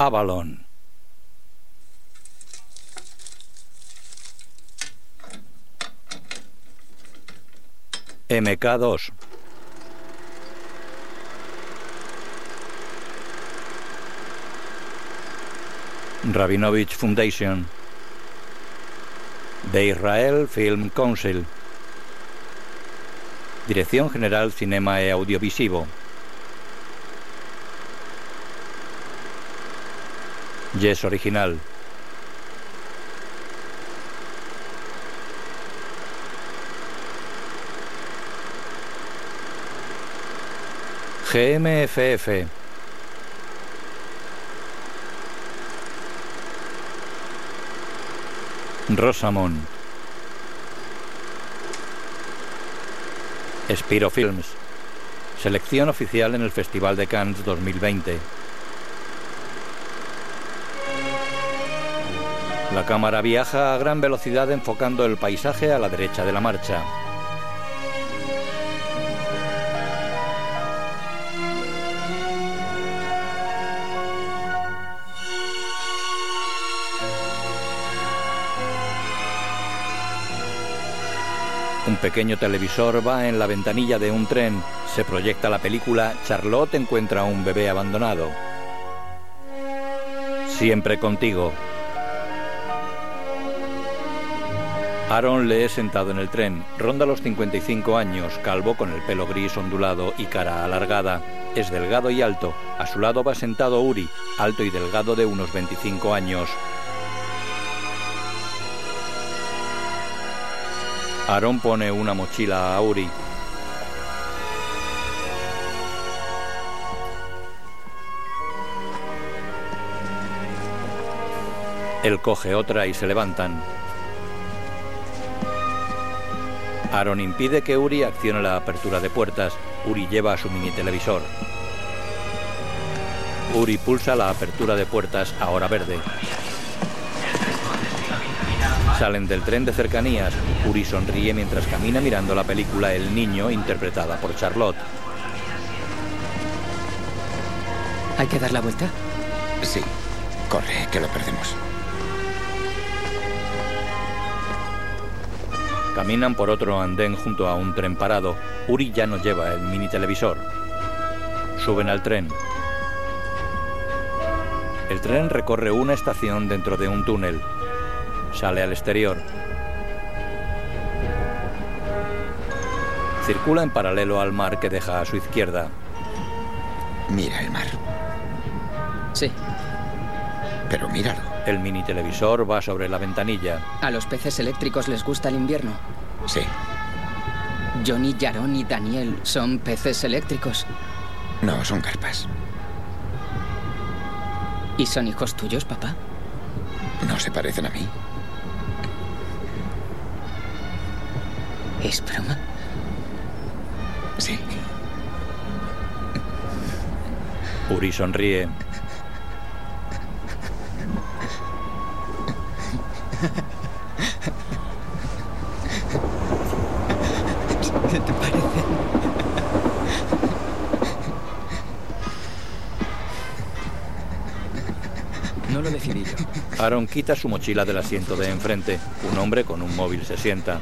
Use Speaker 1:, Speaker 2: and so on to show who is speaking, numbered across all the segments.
Speaker 1: Avalon. MK2. Rabinovich Foundation. De Israel Film Council. Dirección General Cinema e Audiovisivo. Yes Original. GMFF. Rosamond. Spiro Films. Selección oficial en el Festival de Cannes 2020. La cámara viaja a gran velocidad enfocando el paisaje a la derecha de la marcha. Un pequeño televisor va en la ventanilla de un tren. Se proyecta la película Charlotte encuentra a un bebé abandonado. Siempre contigo. Aaron le es sentado en el tren. Ronda los 55 años, calvo con el pelo gris ondulado y cara alargada. Es delgado y alto. A su lado va sentado Uri, alto y delgado de unos 25 años. Aaron pone una mochila a Uri. Él coge otra y se levantan. Aaron impide que Uri accione la apertura de puertas. Uri lleva a su mini televisor. Uri pulsa la apertura de puertas ahora verde. Salen del tren de cercanías. Uri sonríe mientras camina mirando la película El Niño, interpretada por Charlotte.
Speaker 2: ¿Hay que dar la vuelta?
Speaker 3: Sí. Corre, que lo perdemos.
Speaker 1: Caminan por otro andén junto a un tren parado. Uri ya no lleva el mini televisor. Suben al tren. El tren recorre una estación dentro de un túnel. Sale al exterior. Circula en paralelo al mar que deja a su izquierda.
Speaker 3: Mira el mar.
Speaker 2: Sí.
Speaker 3: Pero míralo.
Speaker 1: El mini televisor va sobre la ventanilla.
Speaker 2: A los peces eléctricos les gusta el invierno.
Speaker 3: Sí.
Speaker 2: Johnny, Yaron y Daniel son peces eléctricos.
Speaker 3: No, son carpas.
Speaker 2: ¿Y son hijos tuyos, papá?
Speaker 3: ¿No se parecen a mí?
Speaker 2: ¿Es broma?
Speaker 3: Sí.
Speaker 1: Uri sonríe.
Speaker 2: ¿Qué te parece?
Speaker 4: No lo decidí yo.
Speaker 1: Aaron quita su mochila del asiento de enfrente. Un hombre con un móvil se sienta.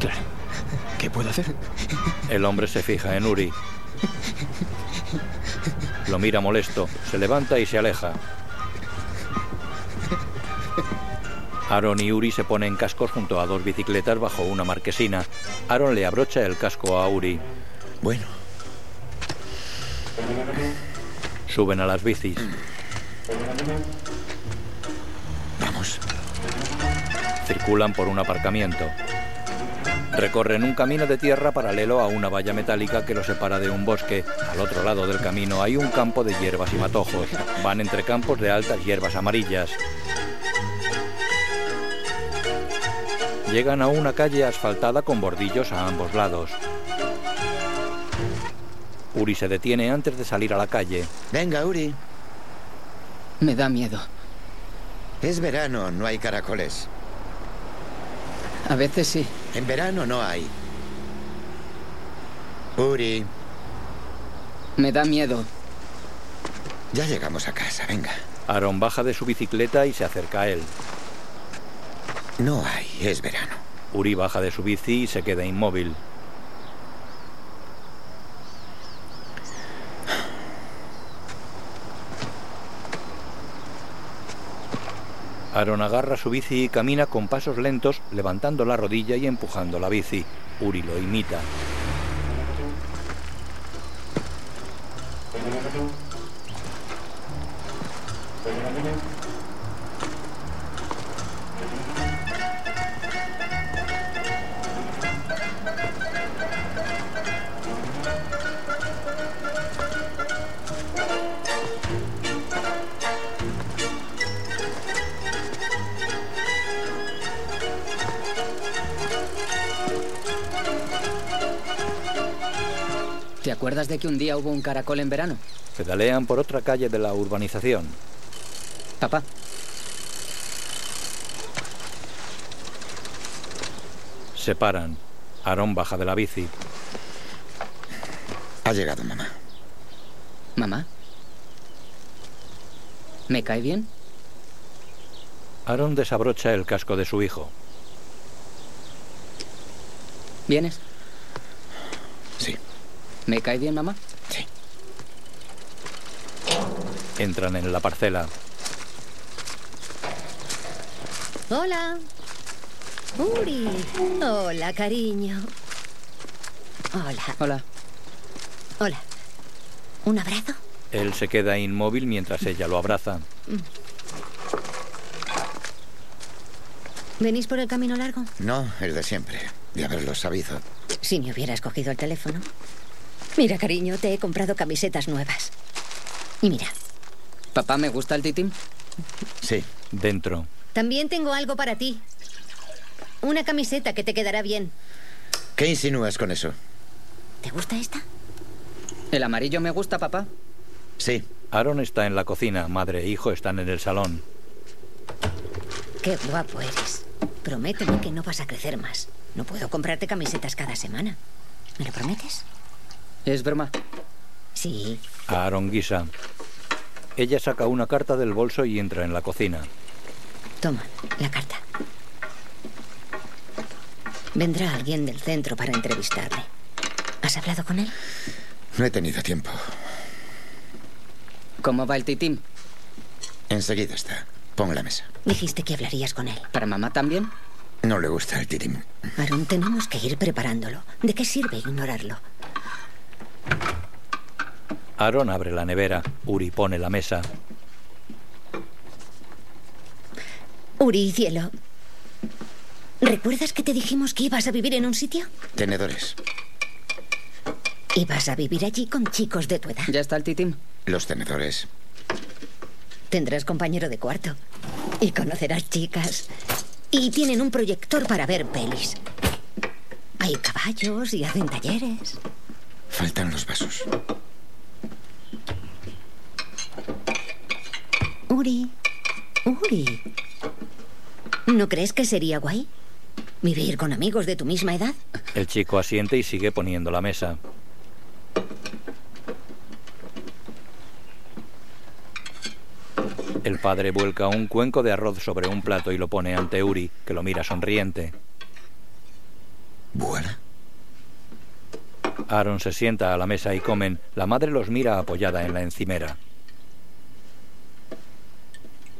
Speaker 4: Claro. ¿Qué puedo hacer?
Speaker 1: El hombre se fija en Uri. Lo mira molesto, se levanta y se aleja. Aaron y Uri se ponen cascos junto a dos bicicletas bajo una marquesina. Aaron le abrocha el casco a Uri.
Speaker 3: Bueno,
Speaker 1: Suben a las bicis.
Speaker 3: vamos.
Speaker 1: Circulan por un aparcamiento. Recorren un camino de tierra paralelo a una valla metálica que los separa de un bosque. Al otro lado del camino hay un campo de hierbas y matojos. Van entre campos de altas hierbas amarillas. Llegan a una calle asfaltada con bordillos a ambos lados. Uri se detiene antes de salir a la calle.
Speaker 3: Venga, Uri.
Speaker 2: Me da miedo.
Speaker 3: Es verano, no hay caracoles.
Speaker 2: A veces sí.
Speaker 3: En verano no hay. Uri,
Speaker 2: Me da miedo.
Speaker 3: Ya llegamos a casa, venga.
Speaker 1: Aaron baja de su bicicleta y se acerca a él.
Speaker 3: No hay, es verano.
Speaker 1: Uri baja de su bici y se queda inmóvil. Aaron agarra su bici y camina con pasos lentos, levantando la rodilla y empujando la bici. Uri lo imita.
Speaker 2: ¿Te acuerdas de que un día hubo un caracol en verano?
Speaker 1: Pedalean por otra calle de la urbanización.
Speaker 2: Papá,
Speaker 1: Se paran. Aaron baja de la bici.
Speaker 3: Ha llegado mamá.
Speaker 2: mamá. ¿Me cae bien?
Speaker 1: Aaron desabrocha el casco de su hijo.
Speaker 2: ¿Vienes?
Speaker 3: Sí.
Speaker 2: ¿Me cae bien, mamá?
Speaker 1: Entran en la parcela.
Speaker 5: Hola. Uri. Hola, cariño. Hola,
Speaker 2: Hola.
Speaker 5: hola. ¿Un abrazo?
Speaker 1: Él se queda inmóvil mientras ella lo abraza.
Speaker 5: ¿Venís por el camino largo?
Speaker 3: No, el de siempre. De haberlo sabido.
Speaker 5: Si me hubieras cogido el teléfono. Mira, cariño, te he comprado camisetas nuevas. Y mira,
Speaker 2: Papá, ¿me gusta el titín?
Speaker 3: Sí.
Speaker 1: Dentro.
Speaker 5: también tengo algo para ti. Una camiseta que te quedará bien.
Speaker 3: ¿Qué insinúas con eso?
Speaker 5: ¿Te gusta esta?
Speaker 2: El amarillo me gusta, papá.
Speaker 3: Sí.
Speaker 1: Aaron está en la cocina. Madre e hijo están en el salón.
Speaker 5: Qué guapo eres. Prométeme que no vas a crecer más. No puedo comprarte camisetas cada semana. ¿Me lo prometes?
Speaker 2: Es broma.
Speaker 5: Sí.
Speaker 1: Aaron guisa. Ella saca una carta del bolso y entra en la cocina.
Speaker 5: Toma, la carta. Vendrá alguien del centro para entrevistarle. ¿Has hablado con él?
Speaker 3: No he tenido tiempo.
Speaker 2: ¿Cómo va el titín?
Speaker 3: Enseguida está. Pon la mesa.
Speaker 5: Dijiste que hablarías con él.
Speaker 2: ¿Para mamá también?
Speaker 3: No le gusta el tirim.
Speaker 5: Aaron, tenemos que ir preparándolo. ¿De qué sirve ignorarlo?
Speaker 1: Aaron abre la nevera. Uri pone la mesa.
Speaker 5: Uri, cielo. ¿Recuerdas que te dijimos que ibas a vivir en un sitio?
Speaker 3: Tenedores.
Speaker 5: Ibas a vivir allí con chicos de tu edad.
Speaker 2: ¿Ya está el titín?
Speaker 3: Los tenedores.
Speaker 5: Tendrás compañero de cuarto. Y conocerás chicas. Y tienen un proyector para ver pelis. Hay caballos y hacen talleres.
Speaker 3: Faltan los vasos.
Speaker 5: Uri, Uri. ¿No crees que sería guay? ¿Vivir con amigos de tu misma edad?
Speaker 1: El chico asiente y sigue poniendo la mesa. El padre vuelca un cuenco de arroz sobre un plato y lo pone ante Uri, que lo mira sonriente.
Speaker 3: ¿Vuela?
Speaker 1: Aaron se sienta a la mesa y comen. La madre los mira apoyada en la encimera.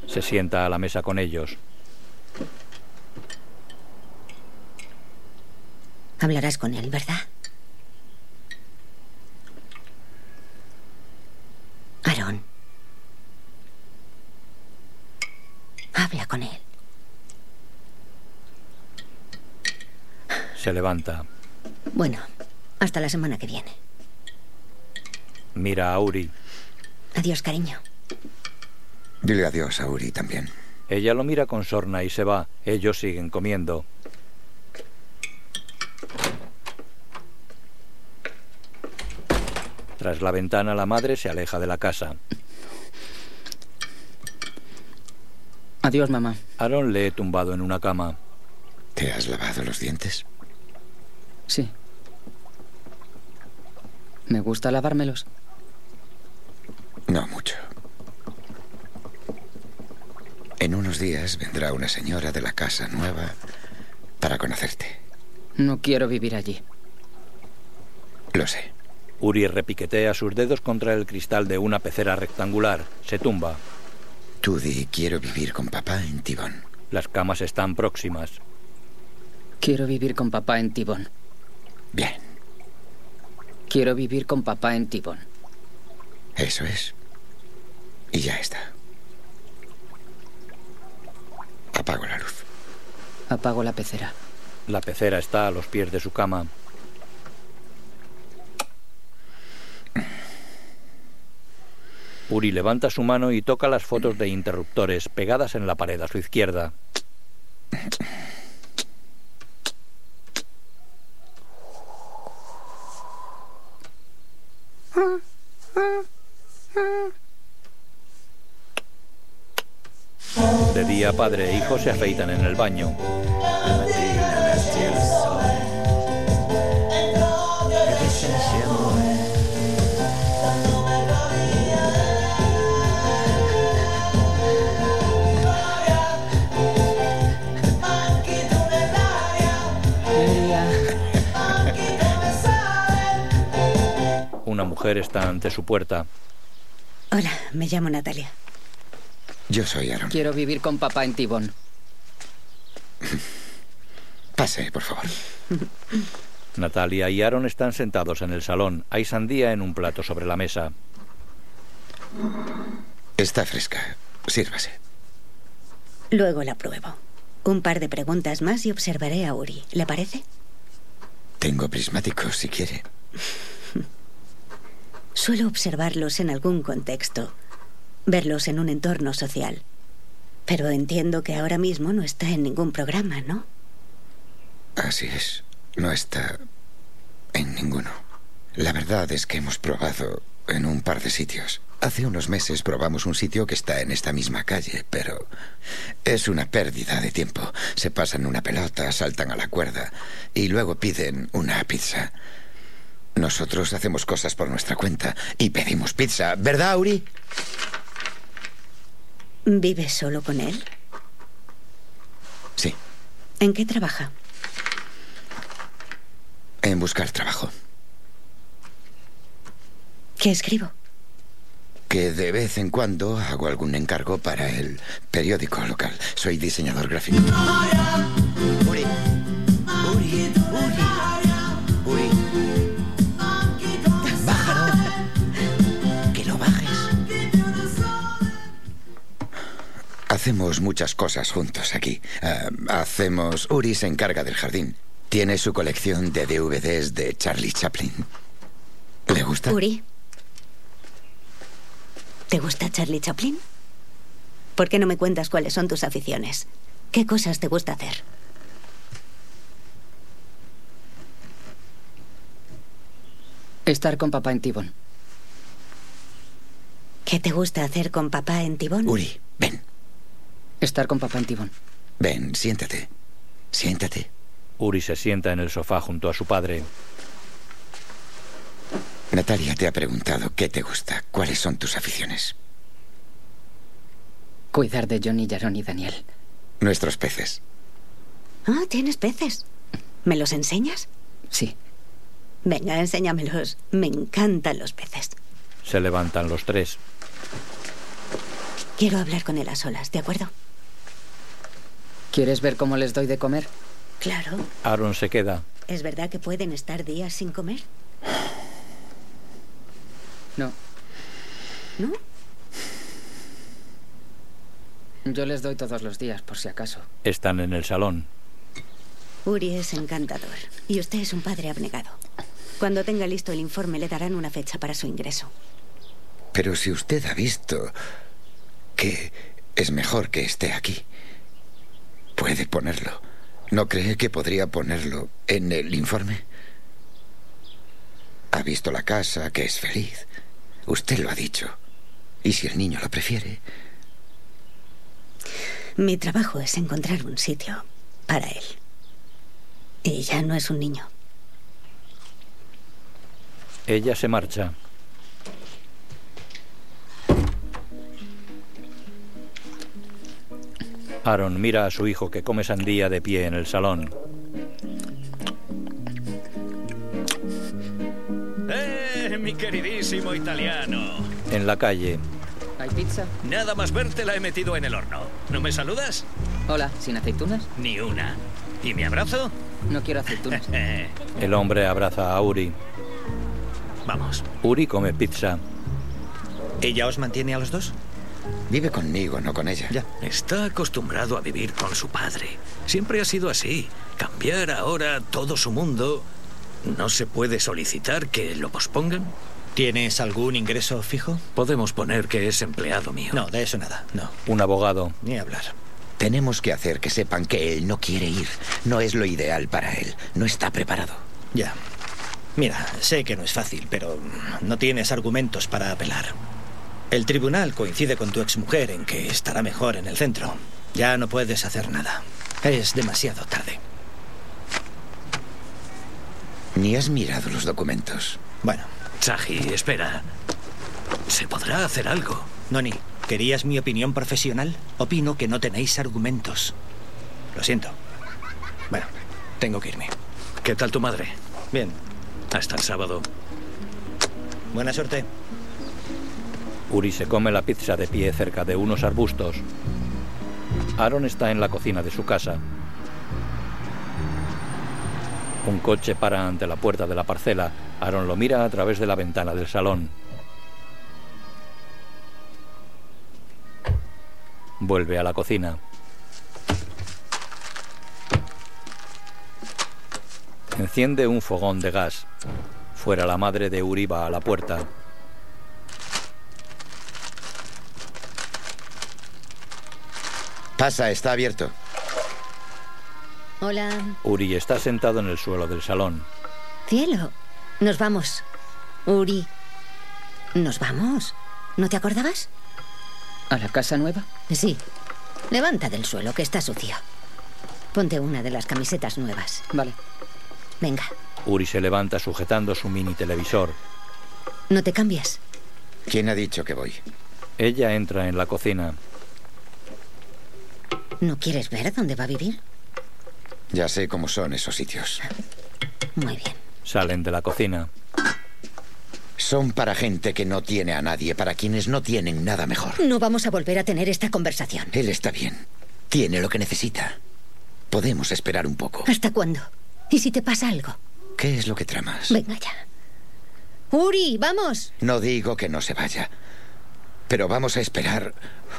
Speaker 1: Se sienta a la mesa con ellos.
Speaker 5: Hablarás con él, ¿verdad? Aarón. Habla con él.
Speaker 1: Se levanta.
Speaker 5: Bueno, hasta la semana que viene.
Speaker 1: Mira a Uri.
Speaker 5: Adiós, cariño.
Speaker 3: Dile adiós a Uri también.
Speaker 1: Ella lo mira con sorna y se va. Ellos siguen comiendo. Tras la ventana la madre se aleja de la casa.
Speaker 2: Adiós, mamá.
Speaker 1: Aaron lee tumbado en una cama.
Speaker 3: ¿Te has lavado los dientes?
Speaker 2: Sí. Me gusta lavármelos.
Speaker 3: No mucho. En unos días vendrá una señora de la casa nueva para conocerte.
Speaker 2: No quiero vivir allí.
Speaker 3: Lo sé.
Speaker 1: Uri repiquetea sus dedos contra el cristal de una pecera rectangular. Se tumba.
Speaker 3: Tú di quiero vivir con papá en Tibón.
Speaker 1: Las camas están próximas.
Speaker 2: Quiero vivir con papá en Tibón.
Speaker 3: Bien,
Speaker 2: Quiero vivir con papá en Tibón.
Speaker 3: eso es. Y ya está. Apago la luz.
Speaker 2: Apago la pecera.
Speaker 1: La pecera está a los pies de su cama. Uri levanta su mano y toca las fotos de interruptores pegadas en la pared a su izquierda. De día, padre e hijo se afeitan en el baño. Una mujer está ante su puerta.
Speaker 6: Hola, me llamo Natalia.
Speaker 3: Yo soy Aaron.
Speaker 2: Quiero vivir con papá en Tibón.
Speaker 3: Pase, por favor.
Speaker 1: Natalia y Aaron están sentados en el salón. Hay sandía en un plato sobre la mesa.
Speaker 3: Está fresca. Sírvase.
Speaker 6: Luego la pruebo. Un par de preguntas más y observaré a Uri. ¿Le parece?
Speaker 3: Tengo prismáticos si quiere.
Speaker 6: Suelo observarlos en algún contexto, verlos en un entorno social. Pero entiendo que ahora mismo no está en ningún programa, ¿no?
Speaker 3: Así es. No está en ninguno. La verdad es que hemos probado en un par de sitios. Hace unos meses probamos un sitio que está en esta misma calle, pero es una pérdida de tiempo. Se pasan una pelota, saltan a la cuerda y luego piden una pizza. Nosotros hacemos cosas por nuestra cuenta y pedimos pizza, ¿verdad, Uri?
Speaker 6: ¿Vive solo con él?
Speaker 3: Sí,
Speaker 6: ¿En qué trabaja?
Speaker 3: en buscar trabajo.
Speaker 6: ¿Qué escribo?
Speaker 3: Que de vez en cuando hago algún encargo para el periódico local. Soy diseñador gráfico. Uri. Uri. Uri. Uri. Bájalo. Que lo bajes. Hacemos muchas cosas juntos aquí. Ah, hacemos. Uri se encarga del jardín. Tiene su colección de DVDs de Charlie Chaplin. ¿Le gusta?
Speaker 6: Uri. ¿Te gusta Charlie Chaplin? ¿Por qué no me cuentas cuáles son tus aficiones? ¿Qué cosas te gusta hacer?
Speaker 2: Estar con papá en Tibón.
Speaker 6: ¿Qué te gusta hacer con papá en Tibón?
Speaker 3: Uri, ven.
Speaker 2: Estar con papá en Tibón.
Speaker 3: Ven, siéntate. Siéntate.
Speaker 1: Uri se sienta en el sofá junto a su padre.
Speaker 3: Natalia te ha preguntado qué te gusta, cuáles son tus aficiones.
Speaker 2: Cuidar de Johnny, Yaron y Daniel.
Speaker 3: Nuestros peces.
Speaker 6: Ah, tienes peces. ¿Me los enseñas?
Speaker 2: Sí.
Speaker 6: Venga, enséñamelos. Me encantan los peces.
Speaker 1: Se levantan los tres.
Speaker 6: Quiero hablar con él a solas, ¿de acuerdo?
Speaker 2: ¿Quieres ver cómo les doy de comer?
Speaker 6: Claro.
Speaker 1: Aaron se queda.
Speaker 6: ¿Es verdad que pueden estar días sin comer?
Speaker 2: No.
Speaker 6: ¿No?
Speaker 2: Yo les doy todos los días, por si acaso.
Speaker 1: Están en el salón.
Speaker 6: Uri es encantador. Y usted es un padre abnegado. Cuando tenga listo el informe le darán una fecha para su ingreso.
Speaker 3: Pero si usted ha visto que es mejor que esté aquí, puede ponerlo. ¿No cree que podría ponerlo en el informe? Ha visto la casa, que es feliz. Usted lo ha dicho. Y si el niño lo prefiere,
Speaker 6: Mi trabajo es encontrar un sitio para él. Y ya no es un niño.
Speaker 1: Ella se marcha. Aaron mira a su hijo que come sandía de pie en el salón.
Speaker 7: ¡Eh, mi queridísimo italiano!
Speaker 1: En la calle,
Speaker 2: ¿Hay pizza?
Speaker 7: Nada más verte la he metido en el horno. ¿No me saludas?
Speaker 2: Hola, ¿sin aceitunas?
Speaker 7: Ni una. ¿Y mi abrazo?
Speaker 2: No quiero aceitunas.
Speaker 7: Eh,
Speaker 1: el hombre abraza a Uri.
Speaker 7: vamos.
Speaker 1: Uri come pizza.
Speaker 8: ¿Ella os mantiene a los dos?
Speaker 3: Vive conmigo, no con ella.
Speaker 8: Ya.
Speaker 7: Está acostumbrado a vivir con su padre. Siempre ha sido así. Cambiar ahora todo su mundo. ¿No se puede solicitar que lo pospongan?
Speaker 8: ¿Tienes algún ingreso fijo?
Speaker 7: Podemos poner que es empleado mío.
Speaker 8: No, de eso nada, no.
Speaker 1: Un abogado.
Speaker 8: Ni hablar.
Speaker 3: Tenemos que hacer que sepan que él no quiere ir. No es lo ideal para él. No está preparado.
Speaker 8: Ya. Mira, sé que no es fácil, pero mm, no tienes argumentos para apelar. El tribunal coincide con tu exmujer en que estará mejor en el centro. Ya no puedes hacer nada. Es demasiado tarde.
Speaker 3: Ni has mirado los documentos.
Speaker 8: Bueno,
Speaker 7: Saji, espera. Se podrá hacer algo.
Speaker 8: Noni, ¿querías mi opinión profesional? Opino que no tenéis argumentos. Lo siento. Bueno, tengo que irme.
Speaker 7: ¿Qué tal tu madre?
Speaker 8: Bien,
Speaker 7: Hasta el sábado.
Speaker 8: buena suerte.
Speaker 1: Uri se come la pizza de pie cerca de unos arbustos. Aaron está en la cocina de su casa. Un coche para ante la puerta de la parcela. Aaron lo mira a través de la ventana del salón. Vuelve a la cocina. Enciende un fogón de gas. Fuera la madre de Uri va a la puerta.
Speaker 3: Pasa, está abierto.
Speaker 5: Hola.
Speaker 1: Uri está sentado en el suelo del salón.
Speaker 5: Cielo. Nos vamos. Uri. Nos vamos. ¿No te acordabas?
Speaker 2: ¿A la casa nueva?
Speaker 5: Sí. Levanta del suelo, que está sucio. Ponte una de las camisetas nuevas.
Speaker 2: Vale.
Speaker 5: Venga,
Speaker 1: Uri se levanta sujetando su mini televisor.
Speaker 5: no te cambias.
Speaker 3: ¿Quién ha dicho que voy?
Speaker 1: Ella entra en la cocina.
Speaker 5: ¿No quieres ver dónde va a vivir?
Speaker 3: Ya sé cómo son esos sitios.
Speaker 5: Muy bien.
Speaker 1: Salen de la cocina.
Speaker 3: Son para gente que no tiene a nadie, para quienes no tienen nada mejor.
Speaker 5: No vamos a volver a tener esta conversación.
Speaker 3: Él está bien. Tiene lo que necesita. Podemos esperar un poco.
Speaker 5: ¿Hasta cuándo? ¿Y si te pasa algo?
Speaker 3: ¿Qué es lo que tramas?
Speaker 5: Venga ya. Uri, vamos.
Speaker 3: No digo que no se vaya. Pero vamos a esperar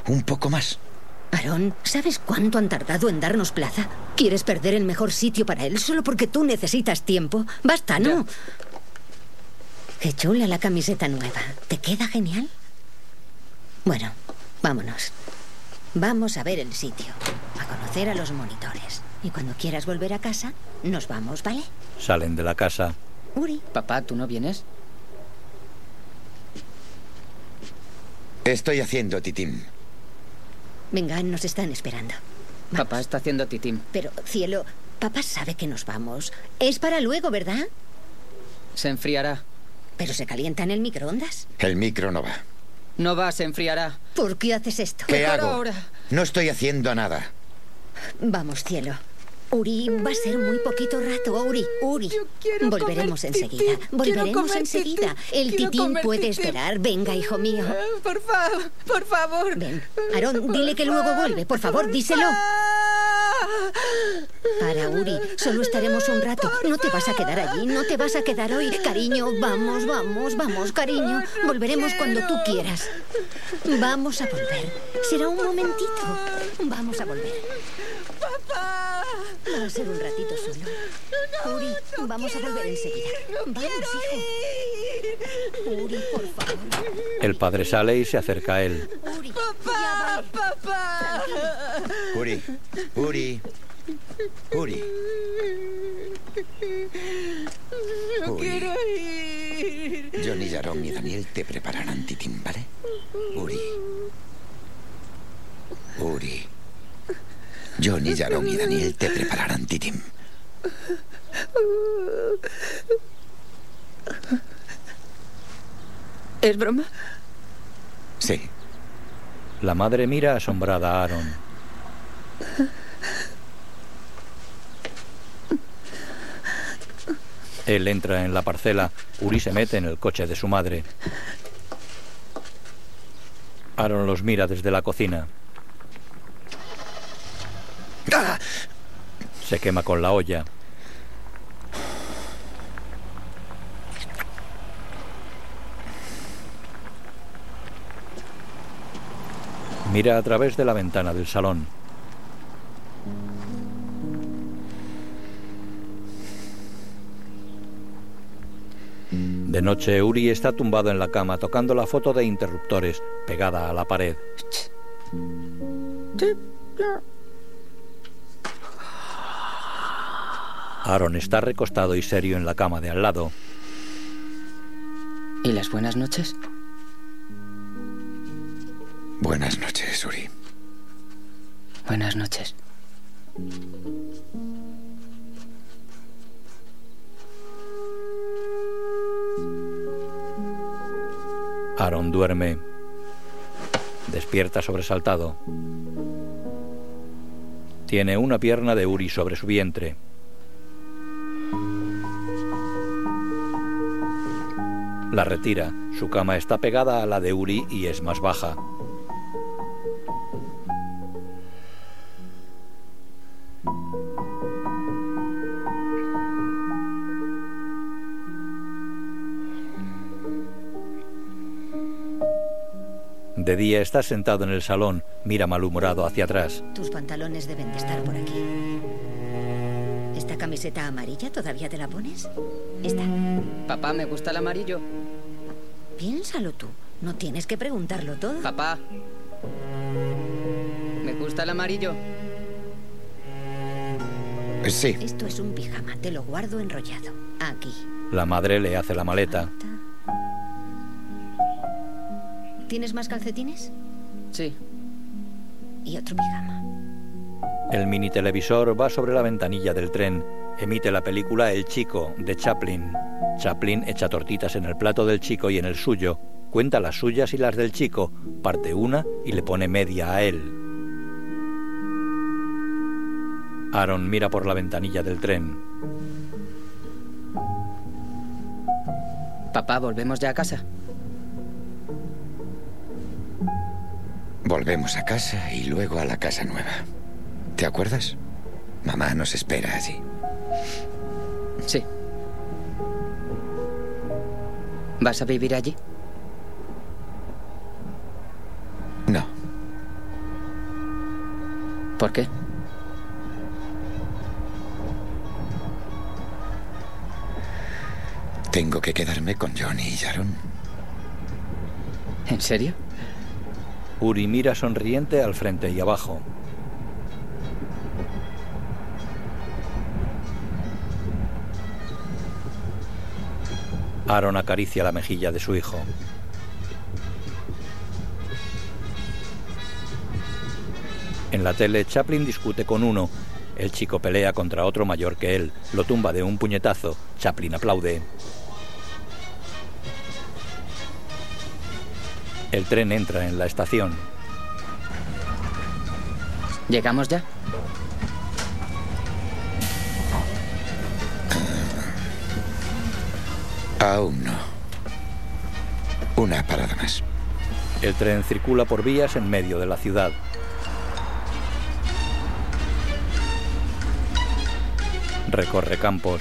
Speaker 3: un poco más.
Speaker 5: Aarón, ¿sabes cuánto han tardado en darnos plaza? ¿Quieres perder el mejor sitio para él solo porque tú necesitas tiempo? Basta, ¿no? Qué chula la camiseta nueva. ¿Te queda genial? Bueno, vámonos. Vamos a ver el sitio, a conocer a los monitores. Y cuando quieras volver a casa, nos vamos, ¿vale?
Speaker 1: Salen de la casa.
Speaker 5: Uri.
Speaker 2: Papá, ¿tú no vienes?
Speaker 3: ¿Qué estoy haciendo, Titín?
Speaker 5: Venga, nos están esperando. Vamos.
Speaker 2: Papá está haciendo titín.
Speaker 5: Pero, cielo, papá sabe que nos vamos. Es para luego, ¿verdad?
Speaker 2: Se enfriará.
Speaker 5: Pero se calienta en el microondas.
Speaker 3: El micro no va.
Speaker 2: No va, se enfriará.
Speaker 5: ¿Por qué haces esto?
Speaker 3: ¿Qué
Speaker 2: Mejor
Speaker 3: hago?
Speaker 2: ahora.
Speaker 3: No estoy haciendo nada.
Speaker 5: Vamos, cielo. Uri, va a ser muy poquito rato, Uri, Uri. Volveremos enseguida, volveremos enseguida. El titín puede esperar. Venga, hijo mío.
Speaker 9: Por favor, por favor.
Speaker 5: Ven, Aarón, dile que luego vuelve, por favor, díselo. Para, Uri, solo estaremos un rato. No te vas a quedar allí, no te vas a quedar hoy. Cariño, vamos, vamos, vamos, cariño. Volveremos cuando tú quieras. Vamos a volver. Será un momentito. Vamos a volver. Va a ser un ratito solo. Uri, vamos a volver enseguida. Vamos, hijo. Uri, por favor.
Speaker 1: El padre sale y se acerca a él.
Speaker 5: Uri, ya vale.
Speaker 3: Uri, Uri, Uri. Uri, Johnny, Jarom y Daniel te prepararán titín, ¿vale? Uri. Uri. Johnny, Jarom y Daniel te prepararán titín.
Speaker 9: ¿Es broma?
Speaker 3: Sí.
Speaker 1: La madre mira asombrada a Aaron. Él entra en la parcela, Uri se mete en el coche de su madre. Aaron los mira desde la cocina. Se quema con la olla. Mira a través de la ventana del salón. De noche, Uri está tumbado en la cama tocando la foto de interruptores pegada a la pared. Aaron está recostado y serio en la cama de al lado.
Speaker 2: ¿Y las buenas noches?
Speaker 3: Buenas noches, Uri.
Speaker 2: Buenas noches.
Speaker 1: Aaron duerme. Despierta sobresaltado. Tiene una pierna de Uri sobre su vientre. La retira. Su cama está pegada a la de Uri y es más baja. De día está sentado en el salón, mira malhumorado hacia atrás.
Speaker 5: Tus pantalones deben de estar por aquí. ¿Esta camiseta amarilla todavía te la pones? Esta.
Speaker 2: Papá, me gusta el amarillo.
Speaker 5: Piénsalo tú. No tienes que preguntarlo todo.
Speaker 2: Papá. Me gusta el amarillo.
Speaker 3: Sí.
Speaker 5: Esto es un pijama. Te lo guardo enrollado. Aquí.
Speaker 1: La madre le hace la maleta.
Speaker 5: Maleta. ¿Tienes más calcetines?
Speaker 2: Sí.
Speaker 5: Y otro pijama.
Speaker 1: El mini televisor va sobre la ventanilla del tren. Emite la película El chico de Chaplin. Chaplin echa tortitas en el plato del chico y en el suyo. Cuenta las suyas y las del chico, parte una y le pone media a él. Aaron mira por la ventanilla del tren.
Speaker 2: Papá, volvemos ya a casa.
Speaker 3: Volvemos a casa y luego a la casa nueva. ¿Te acuerdas? Mamá nos espera allí.
Speaker 2: Sí. ¿Vas a vivir allí?
Speaker 3: No,
Speaker 2: ¿Por qué?
Speaker 3: tengo que quedarme con Johnny y Sharon.
Speaker 2: ¿En serio?
Speaker 1: Uri mira sonriente al frente y abajo. Aaron acaricia la mejilla de su hijo. En la tele, Chaplin discute con uno. El chico pelea contra otro mayor que él. Lo tumba de un puñetazo. Chaplin aplaude. El tren entra en la estación.
Speaker 2: ¿Llegamos ya?
Speaker 3: Aún no. Una parada más.
Speaker 1: El tren circula por vías en medio de la ciudad. Recorre campos.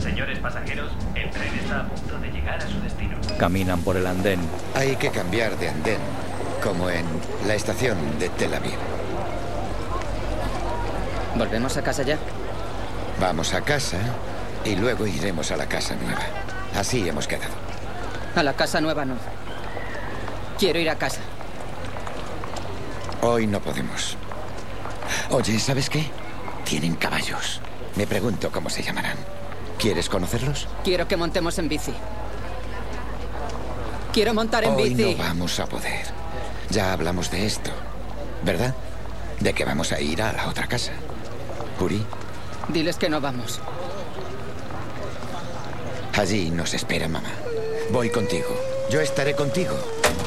Speaker 10: Señores pasajeros, el tren está a punto de llegar a su destino.
Speaker 1: Caminan por el andén.
Speaker 3: Hay que cambiar de andén, como en la estación de Tel Aviv.
Speaker 2: ¿Volvemos a casa ya?
Speaker 3: Vamos a casa y luego iremos a la casa nueva. Así hemos quedado.
Speaker 2: A la casa nueva no. Quiero ir a casa.
Speaker 3: Hoy no podemos. Oye, ¿sabes qué? Tienen caballos. Me pregunto cómo se llamarán. ¿Quieres conocerlos?
Speaker 2: Quiero que montemos en bici. Quiero montar en
Speaker 3: Hoy
Speaker 2: bici.
Speaker 3: no vamos a poder. Ya hablamos de esto, ¿verdad? De que vamos a ir a la otra casa. Uri,
Speaker 2: Diles que no vamos.
Speaker 3: allí nos espera mamá. Voy contigo. Yo estaré contigo.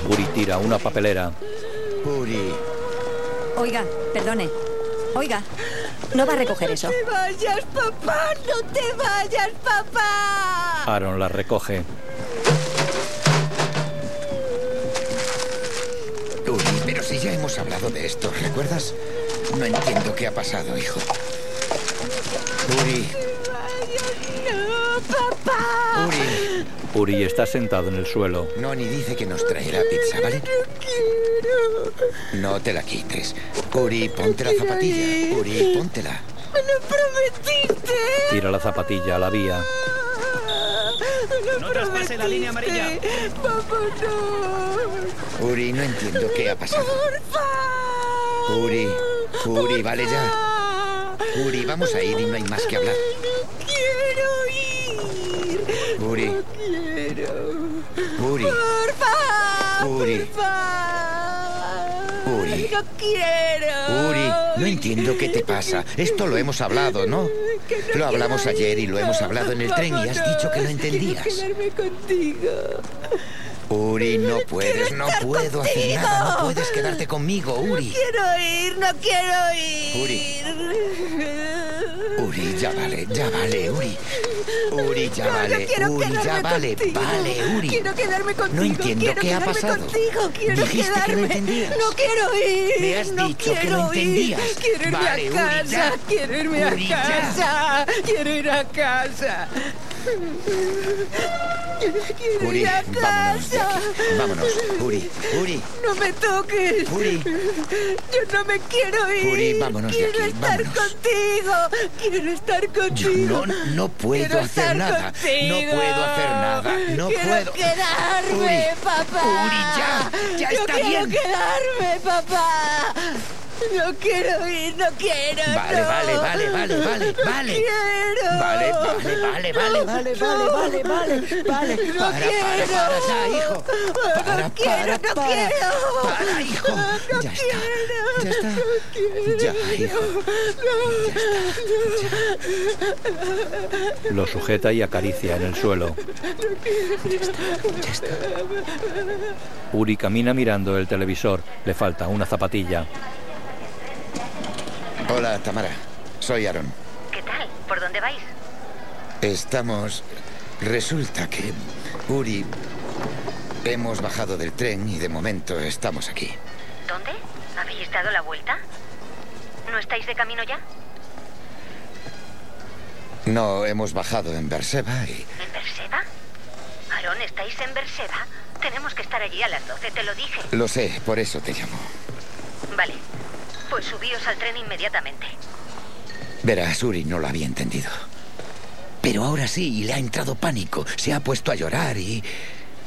Speaker 1: Puri tira una papelera.
Speaker 3: Puri.
Speaker 5: Oiga, perdone. Oiga, no va a recoger eso.
Speaker 9: ¡No te vayas, papá! ¡No te vayas, papá!
Speaker 1: Aaron la recoge.
Speaker 3: Uri, pero si ya hemos hablado de esto, ¿recuerdas? No entiendo qué ha pasado, hijo. Uri,
Speaker 9: ¡No, papá!
Speaker 3: Uri.
Speaker 1: Uri está sentado en el suelo.
Speaker 3: Noni dice que nos traerá pizza, ¿vale?
Speaker 9: ¡Quiero!
Speaker 3: No te la quites. Uri, ponte la
Speaker 9: quiero
Speaker 3: zapatilla.
Speaker 9: ir.
Speaker 3: Uri, póntela.
Speaker 9: ¡Me lo prometiste!
Speaker 1: Tira la zapatilla a la vía.
Speaker 9: ¡Me lo
Speaker 11: No traspase la línea
Speaker 9: prometiste! ¡Papá, no!
Speaker 3: Uri, no entiendo qué ha pasado.
Speaker 9: ¡Porfa!
Speaker 3: Uri, Uri,
Speaker 9: Uri,
Speaker 3: vale ya. Uri, vamos a ir y no hay más que hablar.
Speaker 9: ¡No quiero ir!
Speaker 3: Uri.
Speaker 9: ¡No quiero!
Speaker 3: Uri,
Speaker 9: ¡Porfa!
Speaker 3: Uri.
Speaker 9: ¡Porfa!
Speaker 3: Uri.
Speaker 9: ¡No quiero!
Speaker 3: Uri, no entiendo qué te pasa. Esto lo hemos hablado, ¿no?
Speaker 9: Que no
Speaker 3: Lo hablamos
Speaker 9: quiero
Speaker 3: ayer y lo hemos
Speaker 9: ir.
Speaker 3: hablado en el tren y has
Speaker 9: Vámonos.
Speaker 3: dicho que no
Speaker 9: Quiero
Speaker 3: entendías.
Speaker 9: quedarme contigo.
Speaker 3: Uri, no puedes, no
Speaker 9: estar
Speaker 3: puedo hacer
Speaker 9: contigo.
Speaker 3: nada. No puedes quedarte conmigo, Uri.
Speaker 9: Quiero ir, no quiero ir.
Speaker 3: Uri, ya vale, ya vale, Uri. Uri, ya
Speaker 9: No, no
Speaker 3: vale,
Speaker 9: quiero
Speaker 3: Uri,
Speaker 9: quedarme
Speaker 3: ya vale,
Speaker 9: contigo.
Speaker 3: vale, Uri.
Speaker 9: Quiero quedarme contigo.
Speaker 3: No entiendo
Speaker 9: quiero
Speaker 3: qué ha
Speaker 9: quedarme
Speaker 3: pasado.
Speaker 9: Contigo, quiero
Speaker 3: Dijiste que no
Speaker 9: quedarme.
Speaker 3: entendías.
Speaker 9: No quiero ir.
Speaker 3: Me has
Speaker 9: no
Speaker 3: dicho que
Speaker 9: quiero
Speaker 3: no
Speaker 9: ir.
Speaker 3: entendías.
Speaker 9: Quiero irme
Speaker 3: Vale,
Speaker 9: a
Speaker 3: Uri,
Speaker 9: casa.
Speaker 3: ya.
Speaker 9: Quiero irme
Speaker 3: Uri,
Speaker 9: a
Speaker 3: ya.
Speaker 9: casa. Quiero ir a casa. Quiero
Speaker 3: Uri,
Speaker 9: ir a
Speaker 3: vámonos de
Speaker 9: casa.
Speaker 3: aquí. Vámonos, Uri, Uri.
Speaker 9: No me toques.
Speaker 3: Uri.
Speaker 9: Yo no me quiero ir.
Speaker 3: Uri, vámonos de
Speaker 9: quiero
Speaker 3: aquí,
Speaker 9: estar
Speaker 3: vámonos.
Speaker 9: contigo. Quiero estar
Speaker 3: Yo
Speaker 9: contigo.
Speaker 3: no, no puedo
Speaker 9: Quiero
Speaker 3: hacer
Speaker 9: estar
Speaker 3: nada. No
Speaker 9: contigo.
Speaker 3: puedo hacer nada. No
Speaker 9: quiero
Speaker 3: puedo.
Speaker 9: quedarme,
Speaker 3: Uri,
Speaker 9: papá.
Speaker 3: Uri, ya, ya
Speaker 9: Yo
Speaker 3: está
Speaker 9: quiero
Speaker 3: bien.
Speaker 9: quedarme, papá. No quiero ir, no quiero.
Speaker 3: Vale,
Speaker 9: no.
Speaker 3: vale, vale, vale, vale,
Speaker 9: No
Speaker 3: vale.
Speaker 9: Quiero.
Speaker 3: Vale, vale, vale, vale, vale,
Speaker 9: no.
Speaker 3: vale, vale, vale, vale.
Speaker 9: No
Speaker 3: Para, para,
Speaker 9: quiero.
Speaker 3: para ya, hijo.
Speaker 9: No
Speaker 3: Para,
Speaker 9: quiero,
Speaker 3: para,
Speaker 9: no
Speaker 3: para.
Speaker 9: quiero.
Speaker 3: Para, hijo.
Speaker 9: No
Speaker 3: Ya está,
Speaker 9: quiero.
Speaker 3: ya está.
Speaker 9: No quiero.
Speaker 3: Ya, hijo.
Speaker 1: Lo sujeta y acaricia en el suelo. Uri camina mirando el televisor. Le falta una zapatilla.
Speaker 3: Hola, Tamara. Soy Aaron.
Speaker 5: ¿Qué tal? ¿Por dónde vais?
Speaker 3: Estamos. Resulta que. Uri. Hemos bajado del tren y de momento estamos aquí.
Speaker 5: ¿Dónde? ¿Habéis dado la vuelta? ¿No estáis de camino ya?
Speaker 3: No, hemos bajado en Berseba y.
Speaker 5: ¿En Berseba? Aarón, ¿estáis en Berseba? Tenemos que estar allí a las 12, te lo dije.
Speaker 3: Lo sé, por eso te llamo.
Speaker 5: Vale. Pues subíos al tren inmediatamente.
Speaker 3: Verás, Uri no lo había entendido. Pero ahora sí, le ha entrado pánico. Se ha puesto a llorar y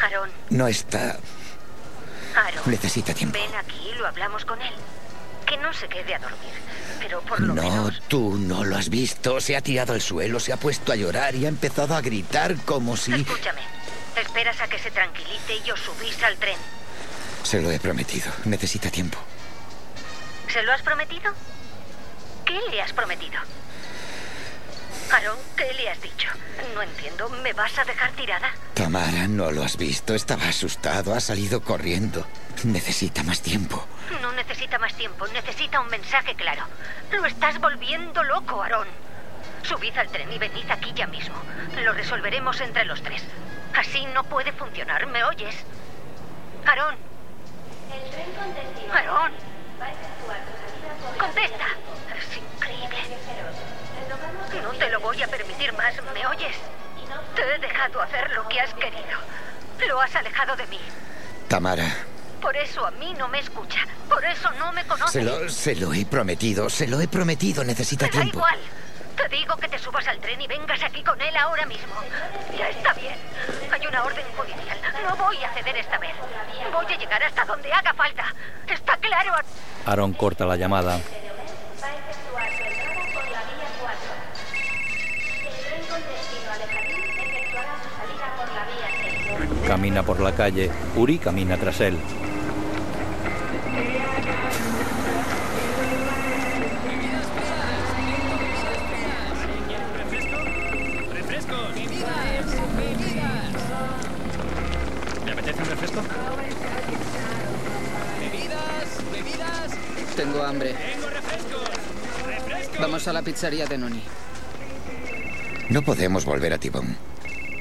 Speaker 5: Aarón,
Speaker 3: no está.
Speaker 5: Aarón.
Speaker 3: Necesita tiempo.
Speaker 5: Ven aquí y lo hablamos con él. Que no se quede a dormir. Pero por lo
Speaker 3: No,
Speaker 5: menos.
Speaker 3: tú no lo has visto. Se ha tirado al suelo, se ha puesto a llorar y ha empezado a gritar como si.
Speaker 5: Escúchame. Esperas a que se tranquilite y os subís al tren.
Speaker 3: Se lo he prometido. Necesita tiempo.
Speaker 5: ¿Se lo has prometido? ¿Qué le has prometido? Aaron, ¿qué le has dicho? No entiendo. ¿Me vas a dejar tirada?
Speaker 3: Tamara, no lo has visto. Estaba asustado, ha salido corriendo. Necesita más tiempo.
Speaker 5: No necesita más tiempo, necesita un mensaje claro. Lo estás volviendo loco, Aarón. Subid al tren y venid aquí ya mismo. Lo resolveremos entre los tres. Así no puede funcionar, ¿me oyes? Aarón. Aarón. Contesta. Es increíble. No te lo voy a permitir más, ¿me oyes? Te he dejado hacer lo que has querido. Lo has alejado de mí.
Speaker 3: Tamara,
Speaker 5: Por eso a mí no me escucha. Por eso no me conoce.
Speaker 3: se lo, se lo he prometido, se lo he prometido. Necesita
Speaker 5: Me da
Speaker 3: tiempo.
Speaker 5: igual. Te digo que te subas al tren y vengas aquí con él ahora mismo. Ya está bien. Hay una orden judicial. No voy a ceder esta vez. Voy a llegar hasta donde haga falta. ¿Está claro?
Speaker 1: Aaron corta la llamada. Camina por la calle. Uri camina tras él.
Speaker 8: ¿Me apetece un
Speaker 2: Tengo hambre. Vamos a la pizzería de Noni.
Speaker 3: No podemos volver a Tibón.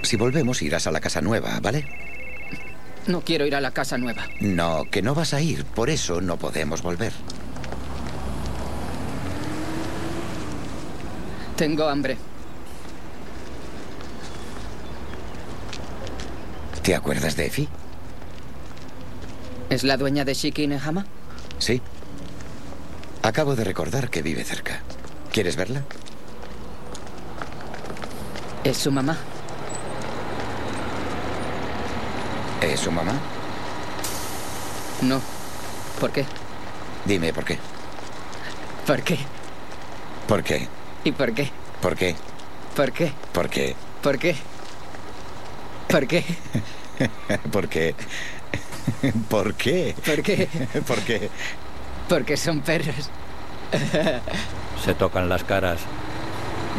Speaker 3: Si volvemos, irás a la casa nueva, ¿vale?
Speaker 2: No quiero ir a la casa nueva.
Speaker 3: No, que no vas a ir. Por eso no podemos volver.
Speaker 2: Tengo hambre.
Speaker 3: ¿Te acuerdas de Effie?
Speaker 2: ¿Es la dueña de Shiki Nehama?
Speaker 3: Sí. Acabo de recordar que vive cerca. ¿Quieres verla?
Speaker 2: ¿Es su mamá?
Speaker 3: ¿Es su mamá?
Speaker 2: No. ¿Por qué?
Speaker 3: Dime por qué.
Speaker 2: ¿Por qué?
Speaker 3: ¿Por qué?
Speaker 2: ¿Y por qué?
Speaker 3: ¿Por qué?
Speaker 2: ¿Por qué?
Speaker 3: ¿Por qué?
Speaker 2: ¿Por qué? ¿Por qué?
Speaker 3: ¿Por qué? ¿Por qué?
Speaker 2: ¿Por qué?
Speaker 3: ¿Por qué?
Speaker 2: Porque son perros.
Speaker 1: Se tocan las caras.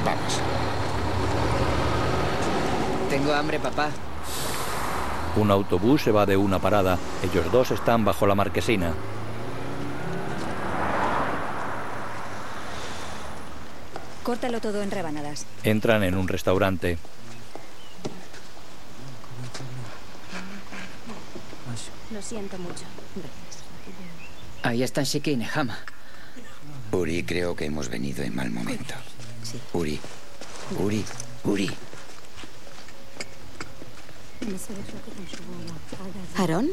Speaker 3: Vamos.
Speaker 2: Tengo hambre, papá.
Speaker 1: Un autobús se va de una parada. Ellos dos están bajo la marquesina.
Speaker 6: Córtalo todo en rebanadas.
Speaker 1: Entran en un restaurante.
Speaker 6: Lo siento mucho.
Speaker 2: Ahí están Shiki y Nehama.
Speaker 3: Uri, creo que hemos venido en mal momento. Uri, Uri, Uri.
Speaker 5: ¿Aarón?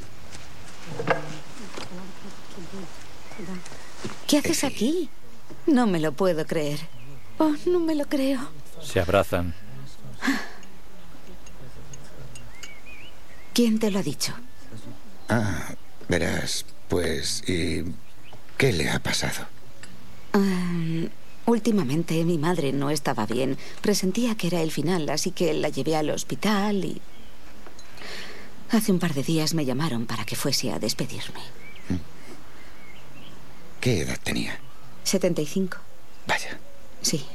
Speaker 5: ¿Qué haces aquí?
Speaker 12: No me lo puedo creer. Oh, no me lo creo.
Speaker 1: Se abrazan.
Speaker 5: ¿Quién te lo ha dicho?
Speaker 3: Ah, verás, pues, ¿y qué le ha pasado?
Speaker 12: Ah, últimamente mi madre no estaba bien. Presentía que era el final, así que la llevé al hospital y... Hace un par de días me llamaron para que fuese a despedirme.
Speaker 3: ¿Qué edad tenía?
Speaker 12: 75.
Speaker 3: Vaya.
Speaker 12: Sí.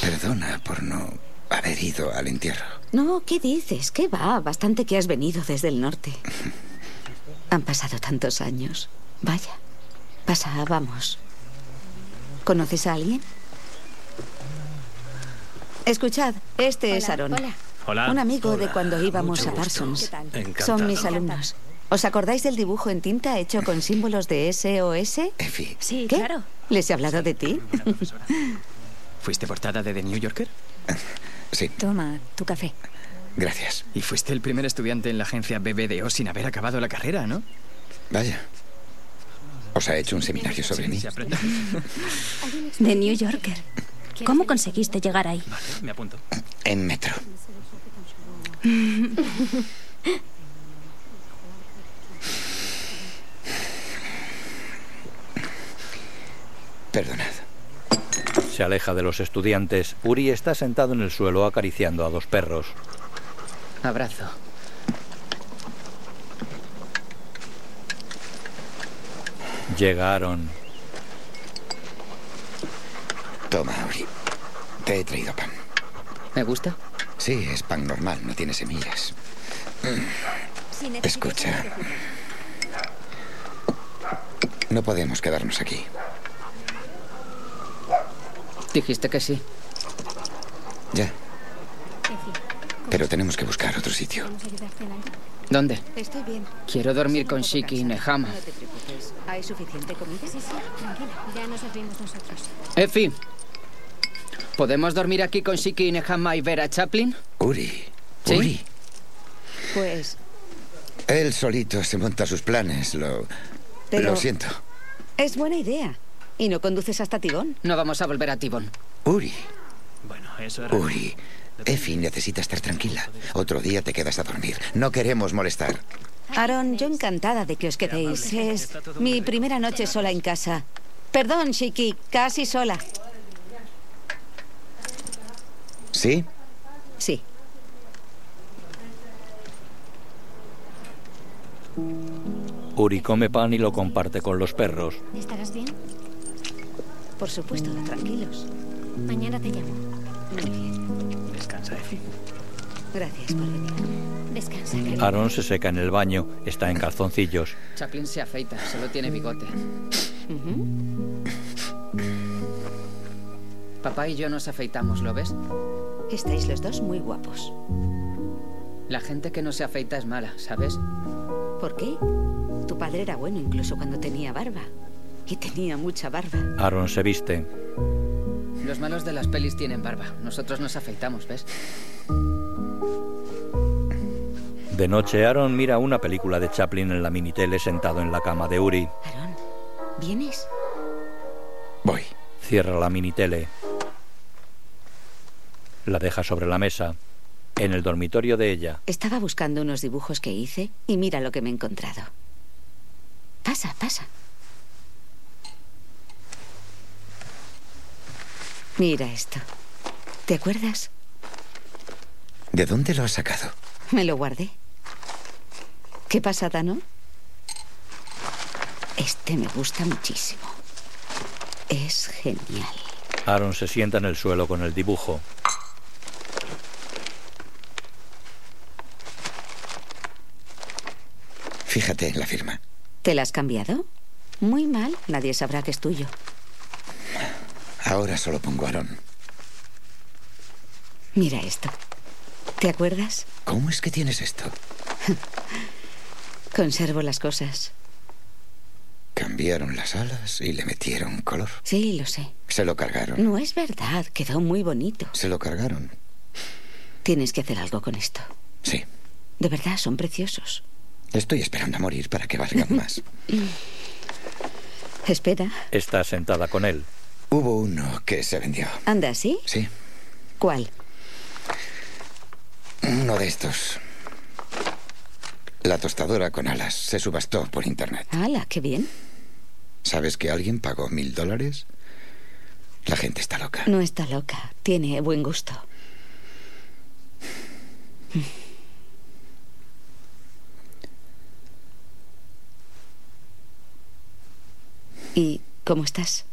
Speaker 3: Perdona por no haber ido al entierro.
Speaker 12: No, ¿qué dices? ¿Qué va? Bastante que has venido desde el norte. Han pasado tantos años. Vaya. Pasa, vamos. ¿Conoces a alguien? Escuchad, este
Speaker 6: Hola,
Speaker 12: es Aaron.
Speaker 6: hola.
Speaker 7: Hola.
Speaker 12: Un amigo
Speaker 7: Hola,
Speaker 12: de cuando íbamos
Speaker 7: mucho
Speaker 12: a
Speaker 7: gusto.
Speaker 12: Parsons.
Speaker 7: ¿Qué tal? Encantado.
Speaker 12: Son mis alumnos. ¿Os acordáis del dibujo en tinta hecho con símbolos de SOS?
Speaker 6: Sí,
Speaker 12: ¿Qué?
Speaker 6: claro.
Speaker 12: ¿Les he hablado de ti?
Speaker 4: ¿Fuiste portada de The New Yorker?
Speaker 3: Sí.
Speaker 6: Toma, tu café.
Speaker 3: Gracias.
Speaker 4: Y fuiste el primer estudiante en la agencia BBDO sin haber acabado la carrera, ¿no?
Speaker 3: Vaya. ¿Os ha hecho un seminario sobre mí?
Speaker 6: De New Yorker. ¿Cómo conseguiste llegar ahí?
Speaker 4: Me apunto.
Speaker 3: En metro. Perdonad.
Speaker 1: Se aleja de los estudiantes. Uri está sentado en el suelo acariciando a dos perros.
Speaker 2: Abrazo.
Speaker 1: Llega Aaron.
Speaker 3: Toma, Uri. Te he traído pan.
Speaker 2: ¿Me gusta?
Speaker 3: Sí, es pan normal, no tiene semillas. Escucha. No podemos quedarnos aquí.
Speaker 2: Dijiste que sí.
Speaker 3: Ya. Pero tenemos que buscar otro sitio.
Speaker 2: ¿Dónde?
Speaker 12: Estoy bien.
Speaker 2: Quiero dormir con Shiki y Nehama.
Speaker 12: No te preocupes. ¿Hay suficiente comida? Sí, sí, tranquila. Ya nos servimos nosotros.
Speaker 2: Efi, ¿podemos dormir aquí con Shiki y Nehama y ver a Chaplin?
Speaker 3: Uri.
Speaker 2: ¿Sí?
Speaker 3: Uri.
Speaker 12: Pues
Speaker 3: Él solito se monta sus planes. Lo.
Speaker 12: Pero-
Speaker 3: Lo siento.
Speaker 12: es buena idea. ¿Y no conduces hasta Tibón?
Speaker 2: No vamos a volver a Tibón.
Speaker 3: Uri.
Speaker 4: Bueno, eso era...
Speaker 3: Uri. Effie necesita estar tranquila. Otro día te quedas a dormir. No queremos molestar.
Speaker 12: Aaron, yo encantada de que os quedéis. Es mi primera noche sola en casa. Perdón, Shiki, casi sola.
Speaker 3: ¿Sí?
Speaker 12: Sí.
Speaker 1: Uri come pan y lo comparte con los perros.
Speaker 6: ¿Estarás bien?
Speaker 12: Por supuesto, tranquilos.
Speaker 6: Mañana te llamo.
Speaker 12: Muy bien.
Speaker 4: Descansa, Effie.
Speaker 12: Gracias por venir.
Speaker 6: Descansa.
Speaker 1: Aaron se seca en el baño. Está en calzoncillos.
Speaker 2: Chaplin se afeita, solo tiene bigote.
Speaker 12: Ujú.
Speaker 2: Papá y yo nos afeitamos, ¿lo ves?
Speaker 12: Estáis los dos muy guapos.
Speaker 2: La gente que no se afeita es mala, ¿sabes?
Speaker 12: ¿Por qué? Tu padre era bueno incluso cuando tenía barba. Y tenía mucha barba.
Speaker 1: Aaron se viste.
Speaker 2: Los malos de las pelis tienen barba. Nosotros nos afeitamos, ¿ves?
Speaker 1: De noche, Aaron mira una película de Chaplin en la minitele sentado en la cama de Uri.
Speaker 12: Aaron, ¿vienes?
Speaker 3: Voy.
Speaker 1: Cierra la minitele. La deja sobre la mesa, en el dormitorio de ella.
Speaker 12: Estaba buscando unos dibujos que hice y mira lo que me he encontrado. Pasa, pasa. Mira esto. ¿Te acuerdas?
Speaker 3: ¿De dónde lo has sacado?
Speaker 12: Me lo guardé. Qué pasada, ¿no? Este me gusta muchísimo. Es genial.
Speaker 1: Aaron se sienta en el suelo con el dibujo.
Speaker 3: Fíjate en la firma.
Speaker 12: ¿Te la has cambiado? Muy mal, nadie sabrá que es tuyo.
Speaker 3: Ahora solo pongo Aarón.
Speaker 12: Mira esto. ¿Te acuerdas?
Speaker 3: ¿Cómo es que tienes esto?
Speaker 12: Conservo las cosas.
Speaker 3: Cambiaron las alas y le metieron color.
Speaker 12: Sí, lo sé.
Speaker 3: Se lo cargaron.
Speaker 12: No es verdad, quedó muy bonito.
Speaker 3: Se lo cargaron.
Speaker 12: Tienes que hacer algo con esto.
Speaker 3: Sí.
Speaker 12: De verdad, son preciosos.
Speaker 3: Estoy esperando a morir para que valgan más.
Speaker 12: Espera.
Speaker 1: Está sentada con él.
Speaker 3: Hubo uno que se vendió.
Speaker 12: ¿Anda, sí?
Speaker 3: Sí.
Speaker 12: ¿Cuál?
Speaker 3: Uno de estos. La tostadora con alas se subastó por internet.
Speaker 12: ¡Hala, qué bien!
Speaker 3: ¿Sabes que alguien pagó mil dólares? La gente está loca.
Speaker 12: No está loca, tiene buen gusto. ¿Y cómo estás?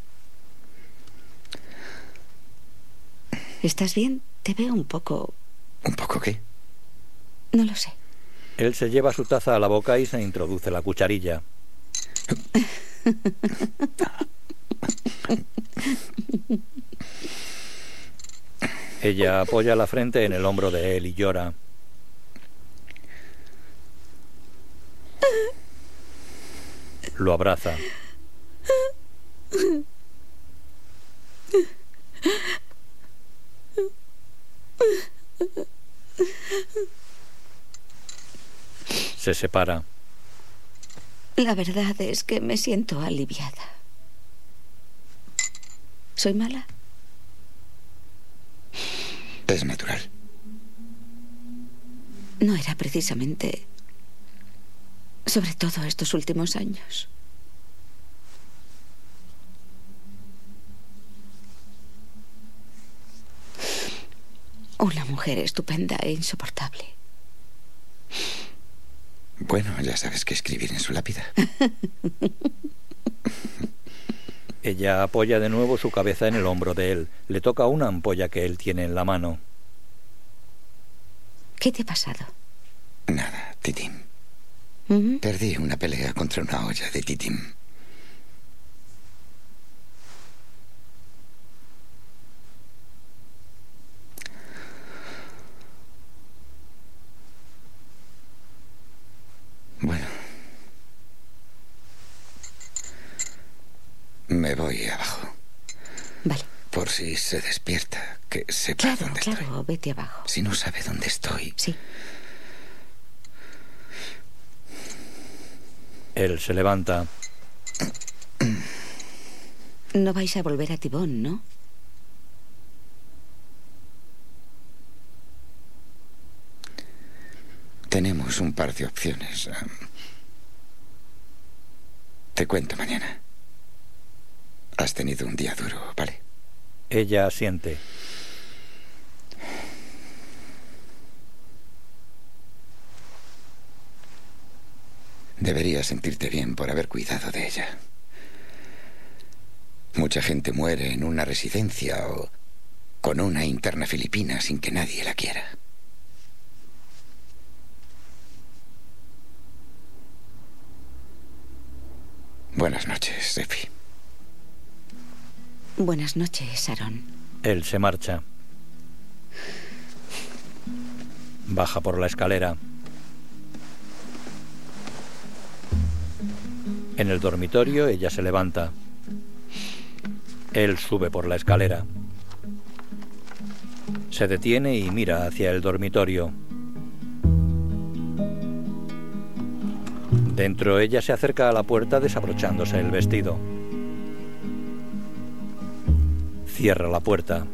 Speaker 12: ¿Estás bien? Te veo un poco...
Speaker 3: ¿Un poco qué?
Speaker 12: No lo sé.
Speaker 1: Él se lleva su taza a la boca y se introduce la cucharilla. Ella apoya la frente en el hombro de él y llora. Lo abraza. Se separa.
Speaker 12: La verdad es que me siento aliviada. ¿Soy mala?
Speaker 3: Es natural.
Speaker 12: No era precisamente... Sobre todo estos últimos años. Una mujer estupenda e insoportable.
Speaker 3: Bueno, ya sabes qué escribir en su lápida.
Speaker 1: Ella apoya de nuevo su cabeza en el hombro de él. Le toca una ampolla que él tiene en la mano.
Speaker 12: ¿Qué te ha pasado?
Speaker 3: Nada, Titín. ¿Mm? Perdí una pelea contra una olla de Titín. Bueno. Me voy abajo.
Speaker 12: Vale.
Speaker 3: Por si se despierta, que sepa claro, dónde
Speaker 12: claro,
Speaker 3: estoy.
Speaker 12: vete abajo.
Speaker 3: Si no sabe dónde estoy.
Speaker 12: Sí.
Speaker 1: Él se levanta.
Speaker 12: No vais a volver a Tibón, ¿no?
Speaker 3: Tenemos un par de opciones. Te cuento mañana. Has tenido un día duro, ¿vale?
Speaker 1: Ella asiente.
Speaker 3: Deberías sentirte bien por haber cuidado de ella. Mucha gente muere en una residencia o con una interna filipina sin que nadie la quiera. Buenas noches, Effie.
Speaker 12: Buenas noches, Aaron.
Speaker 1: Él se marcha. Baja por la escalera. En el dormitorio ella se levanta. Él sube por la escalera. Se detiene y mira hacia el dormitorio. Dentro ella se acerca a la puerta desabrochándose el vestido. Cierra la puerta.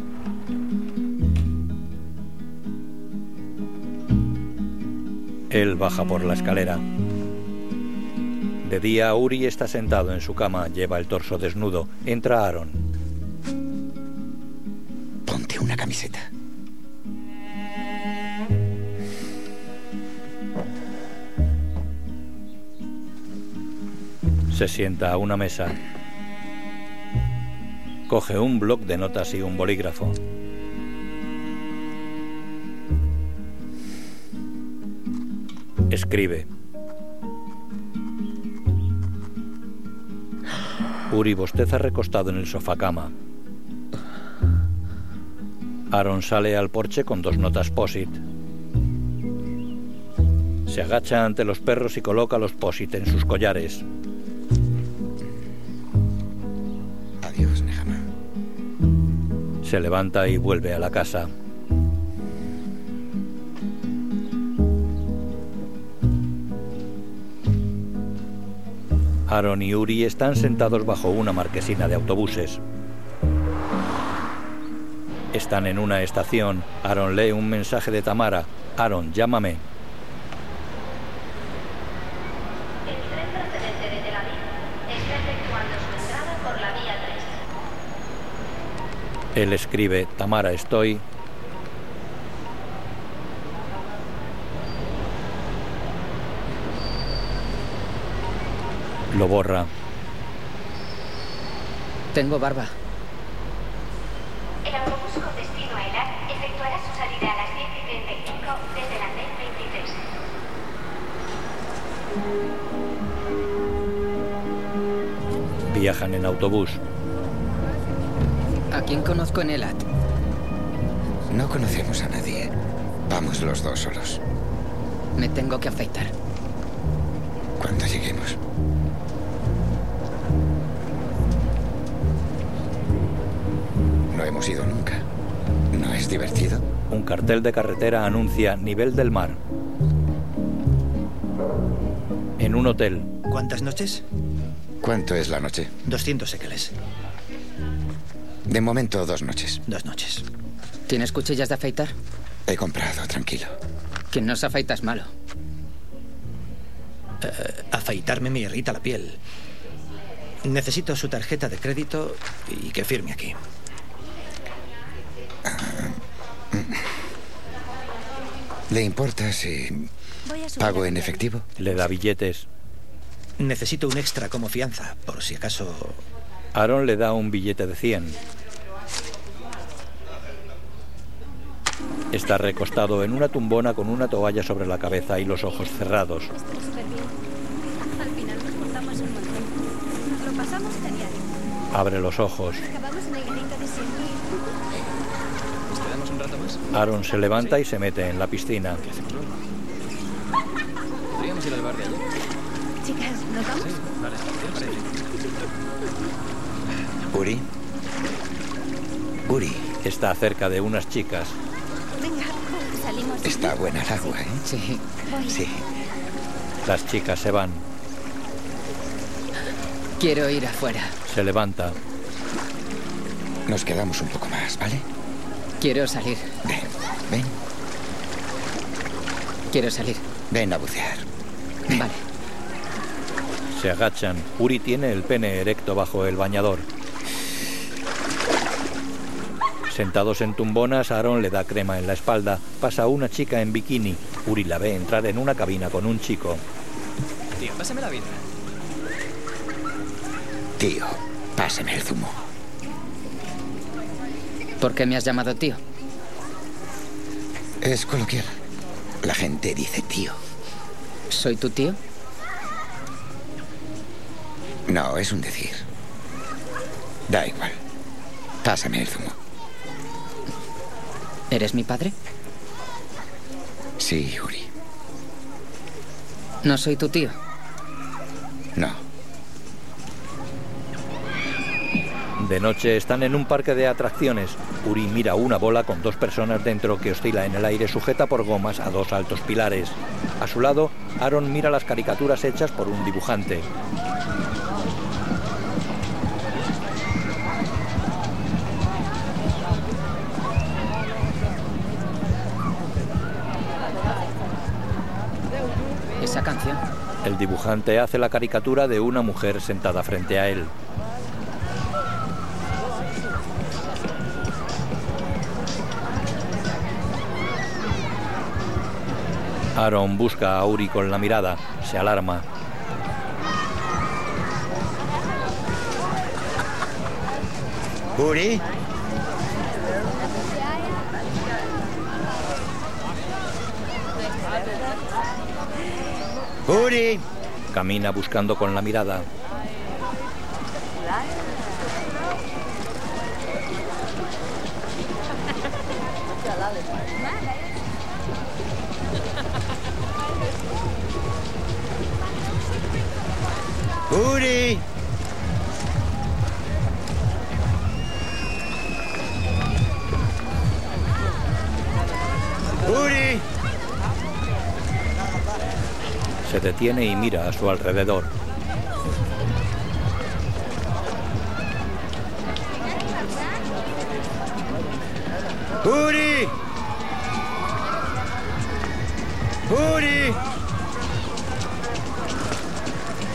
Speaker 1: Él baja por la escalera. De día, Uri está sentado en su cama, lleva el torso desnudo. Entra Aaron.
Speaker 3: Ponte una camiseta.
Speaker 1: Se sienta a una mesa. Coge un bloc de notas y un bolígrafo. Escribe. Uri bosteza recostado en el sofá cama. Aaron sale al porche con dos notas posit. Se agacha ante los perros y coloca los posit en sus collares.
Speaker 3: Adiós, Nehama.
Speaker 1: Se levanta y vuelve a la casa. Aaron y Uri están sentados bajo una marquesina de autobuses. Están en una estación. Aaron lee un mensaje de Tamara. Aaron, llámame.
Speaker 13: El tren procedente de Tel Aviv está efectuando su entrada por la vía 3.
Speaker 1: Él escribe, Tamara, estoy. Lo borra.
Speaker 2: Tengo barba.
Speaker 13: El autobús con destino a Elat efectuará su salida a las 10 y 35 desde la red 23.
Speaker 1: Viajan en autobús.
Speaker 2: ¿A quién conozco en Elat?
Speaker 3: No conocemos a nadie. Vamos los dos solos.
Speaker 2: Me tengo que afeitar.
Speaker 3: Cuando lleguemos. No hemos ido nunca. ¿No es divertido?
Speaker 1: Un cartel de carretera anuncia nivel del mar. En un hotel.
Speaker 8: ¿Cuántas noches?
Speaker 3: ¿Cuánto es la noche?
Speaker 8: 200 sequeles.
Speaker 3: De momento, dos noches.
Speaker 8: Dos noches.
Speaker 2: ¿Tienes cuchillas de afeitar?
Speaker 3: He comprado, tranquilo.
Speaker 2: Quien no se afeita es malo.
Speaker 8: Eh, afeitarme me irrita la piel. Necesito su tarjeta de crédito y que firme aquí.
Speaker 3: ¿Le importa si pago en efectivo?
Speaker 1: Le da billetes.
Speaker 8: Necesito un extra como fianza, por si acaso...
Speaker 1: Aaron le da un billete de 100. Está recostado en una tumbona con una toalla sobre la cabeza y los ojos cerrados.
Speaker 14: Al final nos montamos un montón. Nos lo pasamos genial.
Speaker 1: Abre los ojos.
Speaker 14: Acabamos en el grito de siempre.
Speaker 4: ¿Nos quedamos un rato más?
Speaker 1: Aaron se levanta y se mete en la piscina.
Speaker 4: ¿Qué hacemos luego? Podríamos ir al bar de allí.
Speaker 14: Chicas, ¿nos vamos?
Speaker 4: Sí, vale, sí,
Speaker 3: Uri. Uri.
Speaker 1: Está cerca de unas chicas.
Speaker 14: Venga, salimos.
Speaker 3: Está buena el agua, ¿eh?
Speaker 2: Sí.
Speaker 14: Voy.
Speaker 3: Sí.
Speaker 1: Las chicas se van.
Speaker 2: Quiero ir afuera.
Speaker 1: Se levanta.
Speaker 3: Nos quedamos un poco más, ¿vale?
Speaker 2: Quiero salir.
Speaker 3: Ven, ven,
Speaker 2: Quiero salir.
Speaker 3: ven a bucear.
Speaker 2: Vale.
Speaker 1: Se agachan. Uri tiene el pene erecto bajo el bañador. Sentados en tumbonas, Aaron le da crema en la espalda. Pasa una chica en bikini. Uri la ve entrar en una cabina con un chico.
Speaker 4: Tío, pásame la vida.
Speaker 3: Tío, pásame el zumo.
Speaker 2: ¿Por qué me has llamado tío?
Speaker 3: Es coloquial. La gente dice tío.
Speaker 2: ¿Soy tu tío?
Speaker 3: No, es un decir. Da igual. Pásame el zumo.
Speaker 2: ¿Eres mi padre?
Speaker 3: Sí, Uri.
Speaker 2: No soy tu tío.
Speaker 3: No.
Speaker 1: De noche están en un parque de atracciones. Uri mira una bola con dos personas dentro que oscila en el aire sujeta por gomas a dos altos pilares. A su lado, Aaron mira las caricaturas hechas por un dibujante.
Speaker 2: Esa canción.
Speaker 1: El dibujante hace la caricatura de una mujer sentada frente a él. Aaron busca a Uri con la mirada, se alarma.
Speaker 15: ¿Uri? ¡Uri!
Speaker 1: Camina buscando con la mirada.
Speaker 15: ¡Uri! ¡Uri!
Speaker 1: Se detiene y mira a su alrededor.
Speaker 15: ¡Uri! ¡Uri!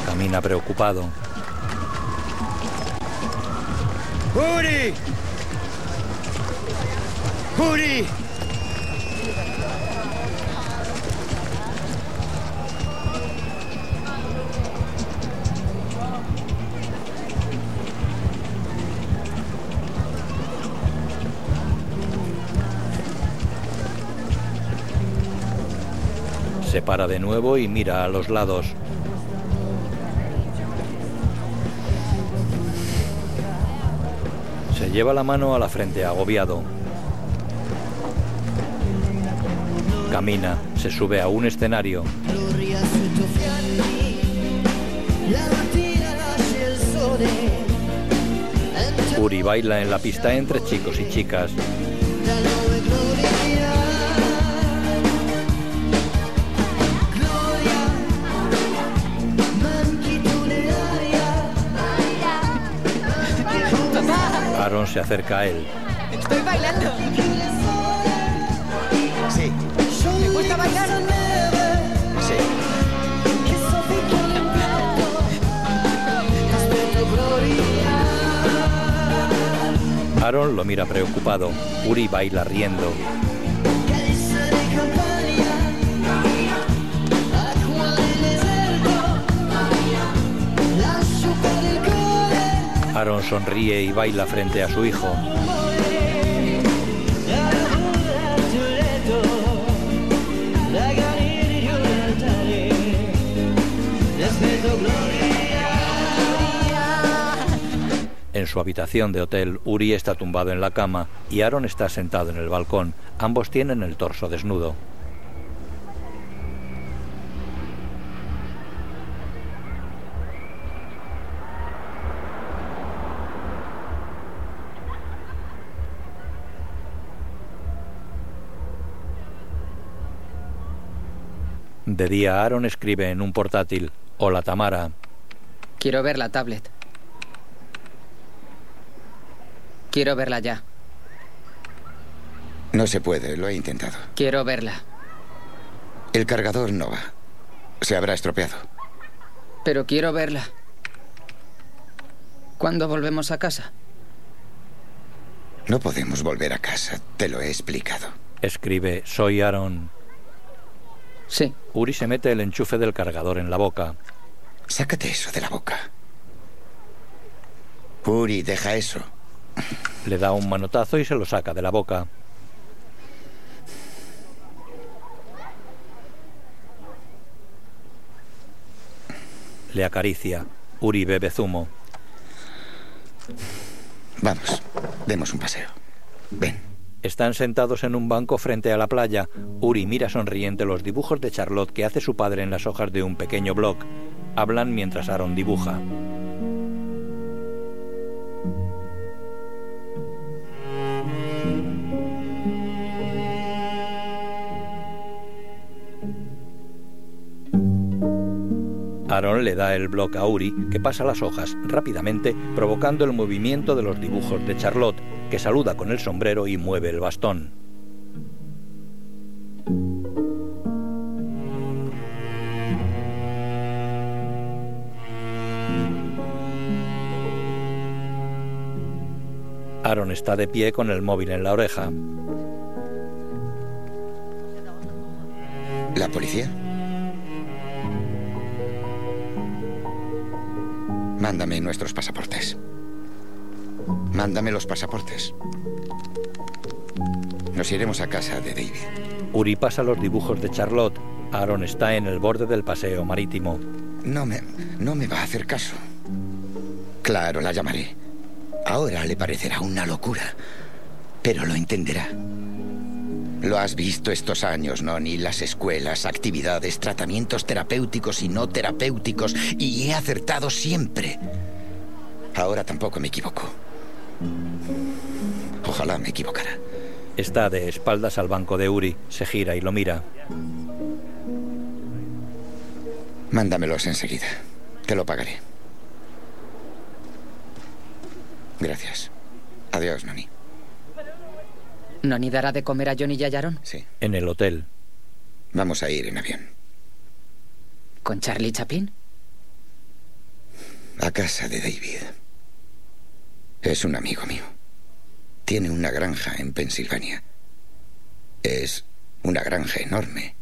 Speaker 1: Camina preocupado.
Speaker 15: ¡Uri! ¡Uri!
Speaker 1: Se para de nuevo y mira a los lados. Se lleva la mano a la frente agobiado. Camina, se sube a un escenario.
Speaker 16: Gloria a tutto fianchi, la mattina nasce il sole,
Speaker 1: Uri baila en la pista entre chicos y chicas.
Speaker 16: da dove gloria. Gloria, manchi tu le aria,
Speaker 1: Aaron se acerca a él.
Speaker 9: Estoy bailando.
Speaker 15: Sí,
Speaker 9: Me gusta bailar.
Speaker 15: sí.
Speaker 1: Aaron lo mira preocupado. Uri baila riendo.
Speaker 16: acqua del deserto, lascio per il cuore,
Speaker 1: Aaron sonríe y baila frente a su hijo. En su habitación de hotel, Uri está tumbado en la cama y Aaron está sentado en el balcón. Ambos tienen el torso desnudo. De día, Aaron escribe en un portátil: Hola Tamara.
Speaker 2: Quiero ver la tablet. Quiero verla ya.
Speaker 3: No se puede, lo he intentado.
Speaker 2: Quiero verla.
Speaker 3: El cargador no va. Se habrá estropeado.
Speaker 2: Pero quiero verla. ¿Cuándo volvemos a casa?
Speaker 3: No podemos volver a casa, te lo he explicado.
Speaker 1: Escribe: Soy Aaron.
Speaker 2: Sí.
Speaker 1: Uri se mete el enchufe del cargador en la boca.
Speaker 3: Sácate eso de la boca. Uri, deja eso.
Speaker 1: Le da un manotazo y se lo saca de la boca. Le acaricia. Uri bebe zumo.
Speaker 3: Vamos, demos un paseo. Ven.
Speaker 1: Están sentados en un banco frente a la playa. Uri mira sonriente los dibujos de Charlotte que hace su padre en las hojas de un pequeño blog. Hablan mientras Aaron dibuja. Aaron le da el bloc a Uri, que pasa las hojas rápidamente, provocando el movimiento de los dibujos de Charlotte, que saluda con el sombrero y mueve el bastón. Aaron está de pie con el móvil en la oreja.
Speaker 3: ¿La policía? Mándame nuestros pasaportes. Mándame los pasaportes. Nos iremos a casa de David.
Speaker 1: Uri pasa los dibujos de Charlotte. Aaron está en el borde del paseo marítimo.
Speaker 3: No me, no me va a hacer caso. Claro, la llamaré. Ahora le parecerá una locura, pero lo entenderá. Lo has visto estos años, ¿no? Ni las escuelas, actividades, tratamientos terapéuticos y no terapéuticos, y he acertado siempre. Ahora tampoco me equivoco. Ojalá me equivocara.
Speaker 1: Está de espaldas al banco de Uri, se gira y lo mira.
Speaker 3: Mándamelos enseguida. Te lo pagaré. Gracias. Adiós, Nani.
Speaker 2: ¿Nani dará de comer a Johnny y a Yaron?
Speaker 3: Sí.
Speaker 1: En el hotel.
Speaker 3: Vamos a ir en avión.
Speaker 2: ¿Con Charlie Chaplin?
Speaker 3: A casa de David. Es un amigo mío. Tiene una granja en Pensilvania. Es una granja enorme.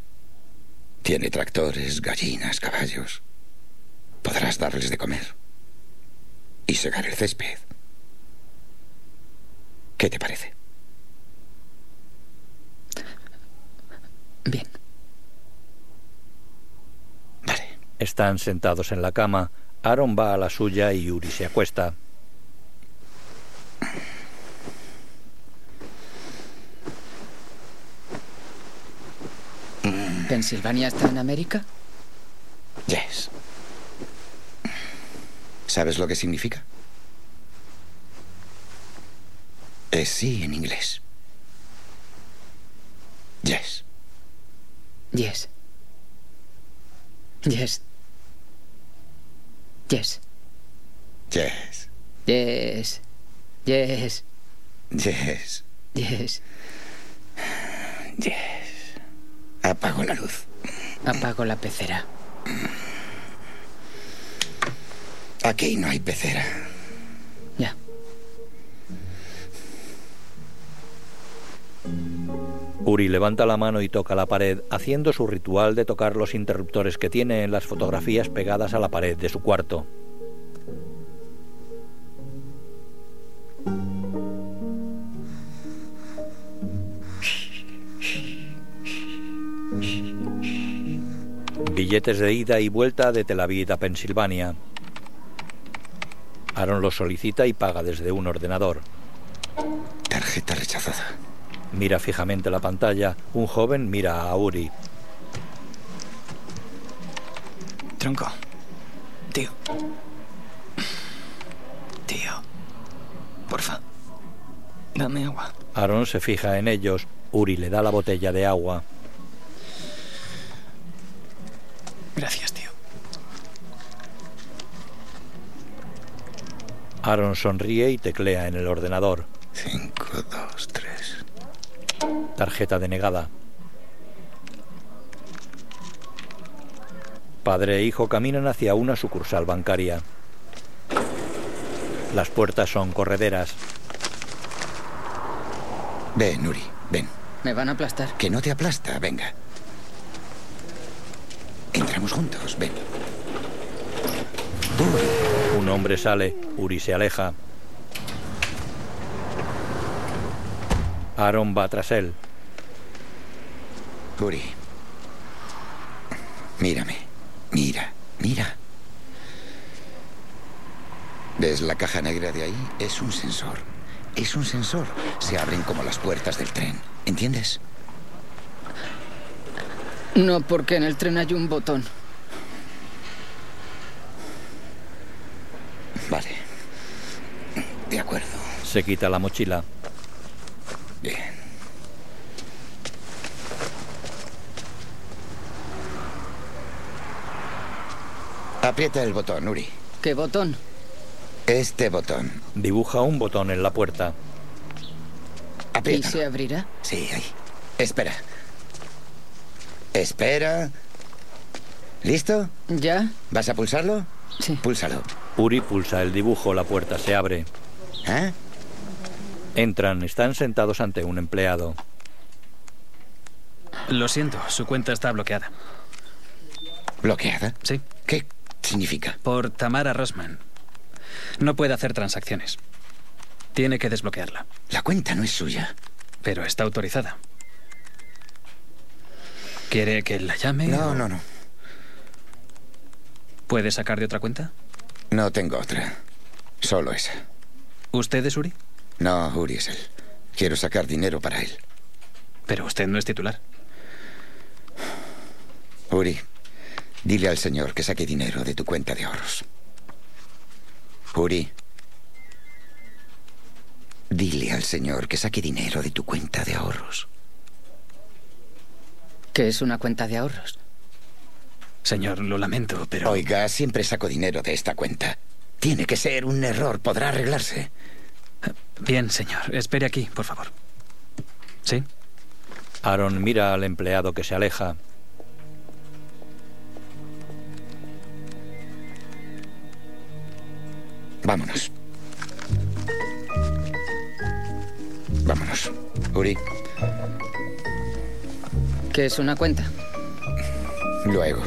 Speaker 3: Tiene tractores, gallinas, caballos. Podrás darles de comer. Y segar el césped. ¿Qué te parece?
Speaker 2: Bien.
Speaker 3: Vale.
Speaker 1: Están sentados en la cama. Aaron va a la suya y Uri se acuesta.
Speaker 2: ¿Pensilvania está en América?
Speaker 3: Yes. ¿Sabes lo que significa? Es sí en inglés. Yes.
Speaker 2: Yes. Yes. Yes.
Speaker 3: Yes.
Speaker 2: Yes. Yes.
Speaker 3: Yes.
Speaker 2: Yes.
Speaker 3: Yes. Apago la luz.
Speaker 2: Apago la pecera.
Speaker 3: Aquí no hay pecera.
Speaker 2: Ya.
Speaker 1: Uri levanta la mano y toca la pared, haciendo su ritual de tocar los interruptores que tiene en las fotografías pegadas a la pared de su cuarto. Billetes de ida y vuelta de Tel Aviv a Pensilvania. Aaron los solicita y paga desde un ordenador.
Speaker 3: Tarjeta rechazada.
Speaker 1: Mira fijamente la pantalla. Un joven mira a Uri.
Speaker 4: Tronco. Tío. Tío. Porfa. Dame agua.
Speaker 1: Aaron se fija en ellos. Uri le da la botella de agua.
Speaker 4: Gracias, tío.
Speaker 1: Aaron sonríe y teclea en el ordenador.
Speaker 3: 5, 2, 3.
Speaker 1: Tarjeta denegada. Padre e hijo caminan hacia una sucursal bancaria. Las puertas son correderas.
Speaker 3: Ven, Uri, ven.
Speaker 2: Me van a aplastar.
Speaker 3: Que no te aplasta, venga. Entramos juntos, ven.
Speaker 1: Uri. Un hombre sale, Uri se aleja. Aaron va tras él.
Speaker 3: Uri. Mírame. Mira, mira. ¿Ves la caja negra de ahí? Es un sensor. Es un sensor. Se abren como las puertas del tren. ¿Entiendes?
Speaker 2: No, porque en el tren hay un botón.
Speaker 3: Vale. De acuerdo.
Speaker 1: Se quita la mochila.
Speaker 3: Bien. Aprieta el botón, Uri.
Speaker 2: ¿Qué botón?
Speaker 3: Este botón.
Speaker 1: Dibuja un botón en la puerta.
Speaker 3: Aprieta.
Speaker 2: ¿Y se abrirá?
Speaker 3: Sí, ahí. Espera. Espera. ¿Listo?
Speaker 2: ¿Ya?
Speaker 3: ¿Vas a pulsarlo?
Speaker 2: Sí.
Speaker 3: Púlsalo.
Speaker 1: Uri pulsa el dibujo, la puerta se abre.
Speaker 3: ¿Eh?
Speaker 1: Entran, están sentados ante un empleado.
Speaker 4: Lo siento, su cuenta está bloqueada.
Speaker 3: ¿Bloqueada?
Speaker 4: Sí.
Speaker 3: ¿Qué significa?
Speaker 4: Por Tamara Rosman. No puede hacer transacciones. Tiene que desbloquearla.
Speaker 3: La cuenta no es suya.
Speaker 4: Pero está autorizada. ¿Quiere que la llame?
Speaker 3: No,
Speaker 4: o-
Speaker 3: no, no.
Speaker 4: ¿Puede sacar de otra cuenta?
Speaker 3: No tengo otra. Solo esa.
Speaker 4: ¿Usted es Uri?
Speaker 3: No, Uri es él. Quiero sacar dinero para él.
Speaker 4: Pero usted no es titular.
Speaker 3: Uri, dile al señor que saque dinero de tu cuenta de ahorros. Uri, dile al señor que saque dinero de tu cuenta de ahorros.
Speaker 2: ¿Qué es una cuenta de ahorros?
Speaker 4: Señor, lo lamento, pero...
Speaker 3: Oiga, siempre saco dinero de esta cuenta. Tiene que ser un error, podrá arreglarse.
Speaker 4: Bien, señor. Espere aquí, por favor. ¿Sí?
Speaker 1: Aaron mira al empleado que se aleja.
Speaker 3: Vámonos. Vámonos. Uri,
Speaker 2: ¿Qué es una cuenta?
Speaker 3: luego.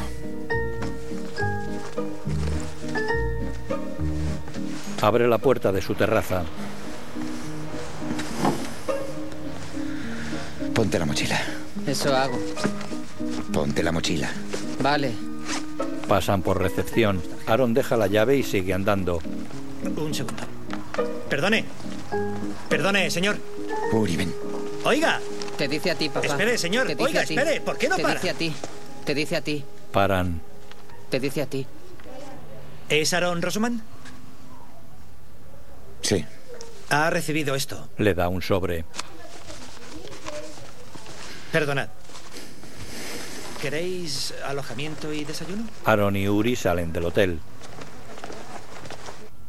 Speaker 1: Abre la puerta de su terraza.
Speaker 3: Ponte la mochila.
Speaker 2: Eso hago.
Speaker 3: Ponte la mochila.
Speaker 2: Vale.
Speaker 1: Pasan por recepción. Aaron deja la llave y sigue andando.
Speaker 8: Un segundo. Perdone. Perdone, señor.
Speaker 3: Uri, ven.
Speaker 8: Oiga,
Speaker 2: Te dice a ti, papá.
Speaker 8: Espere, señor.
Speaker 2: Te dice
Speaker 8: Oiga,
Speaker 2: a ti.
Speaker 8: espere, ¿por qué no
Speaker 2: Te
Speaker 8: para?
Speaker 2: dice a ti. Te dice a ti.
Speaker 1: Paran.
Speaker 2: Te dice a ti.
Speaker 8: ¿es Aaron Rosman?
Speaker 3: Sí.
Speaker 8: Ha recibido esto.
Speaker 1: Le da un sobre.
Speaker 8: Perdonad. ¿Queréis alojamiento y desayuno?
Speaker 1: Aaron y Uri salen del hotel.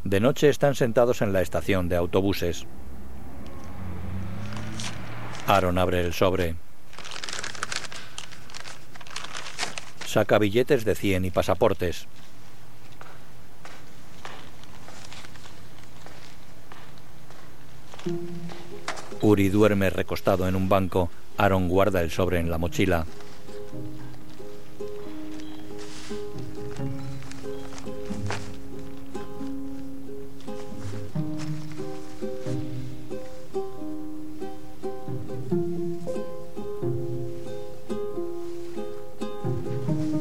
Speaker 1: De noche están sentados en la estación de autobuses. Aaron abre el sobre. Saca billetes de 100 y pasaportes. Uri duerme recostado en un banco. Aaron guarda el sobre en la mochila.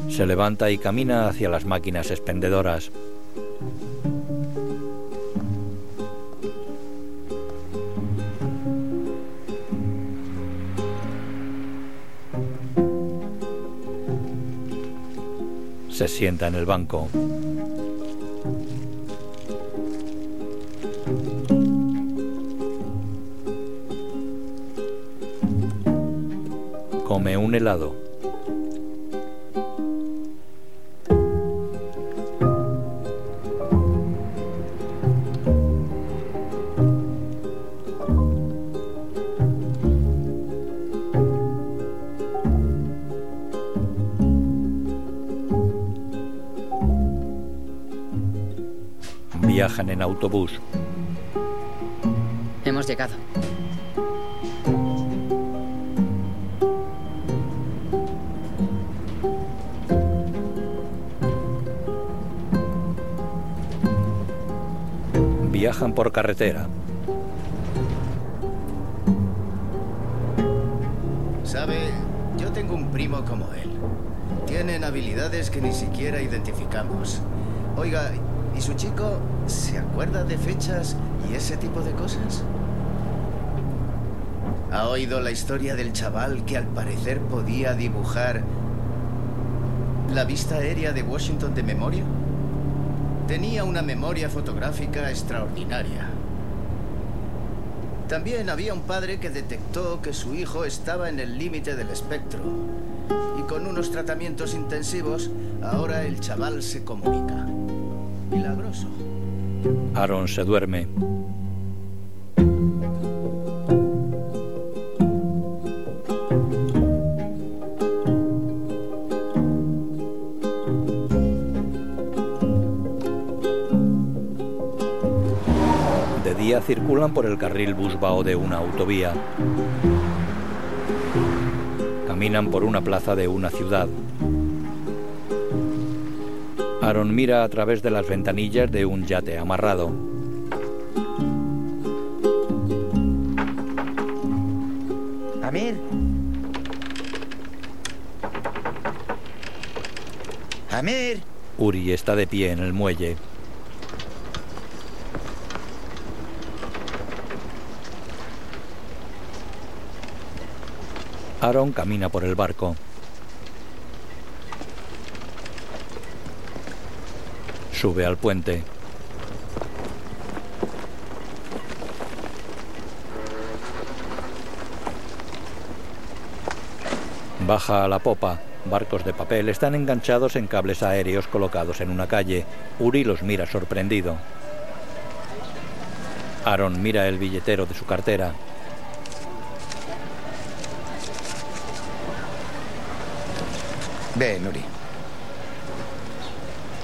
Speaker 1: Se levanta y camina hacia las máquinas expendedoras. Se sienta en el banco. Come un helado. Viajan en autobús.
Speaker 2: Hemos llegado.
Speaker 1: Viajan por carretera.
Speaker 17: ¿Sabe? Yo tengo un primo como él. Tienen habilidades que ni siquiera identificamos. Oiga, ¿y su chico se acuerda de fechas y ese tipo de cosas? ¿Ha oído la historia del chaval que al parecer podía dibujar la vista aérea de Washington de memoria? Tenía una memoria fotográfica extraordinaria. También había un padre que detectó que su hijo estaba en el límite del espectro. Y con unos tratamientos intensivos, ahora el chaval se comunica. Milagroso.
Speaker 1: Aaron se duerme. De día circulan por el carril busbao de una autovía. Caminan por una plaza de una ciudad. Aaron mira a través de las ventanillas de un yate amarrado.
Speaker 15: Amir. Amir.
Speaker 1: Uri está de pie en el muelle. Aaron camina por el barco. Sube al puente. Baja a la popa. Barcos de papel están enganchados en cables aéreos colocados en una calle. Uri los mira sorprendido. Aaron mira el billetero de su cartera.
Speaker 3: Ven, Uri.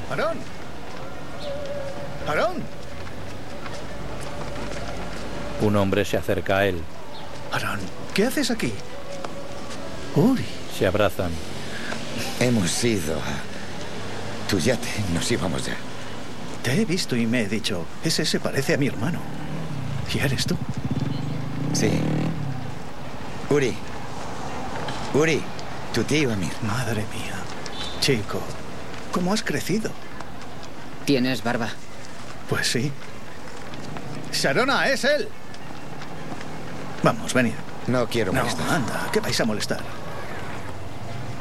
Speaker 17: ¡Aarón! ¡Aarón!
Speaker 1: Un hombre se acerca a él.
Speaker 11: Aaron, ¿qué haces aquí? Uri.
Speaker 1: Se abrazan.
Speaker 3: Hemos ido a tu yate. Nos íbamos ya.
Speaker 11: Te he visto y me he dicho, ese se parece a mi hermano. ¿Y eres tú?
Speaker 3: Sí. Uri. Uri. Tu tío, Amir.
Speaker 11: Madre mía. Chico, ¿cómo has crecido?
Speaker 2: Tienes barba.
Speaker 11: Pues sí.
Speaker 15: Sharona, es él.
Speaker 11: Vamos, venid.
Speaker 3: No quiero
Speaker 11: No,
Speaker 3: molestar.
Speaker 11: anda, ¿qué vais a molestar?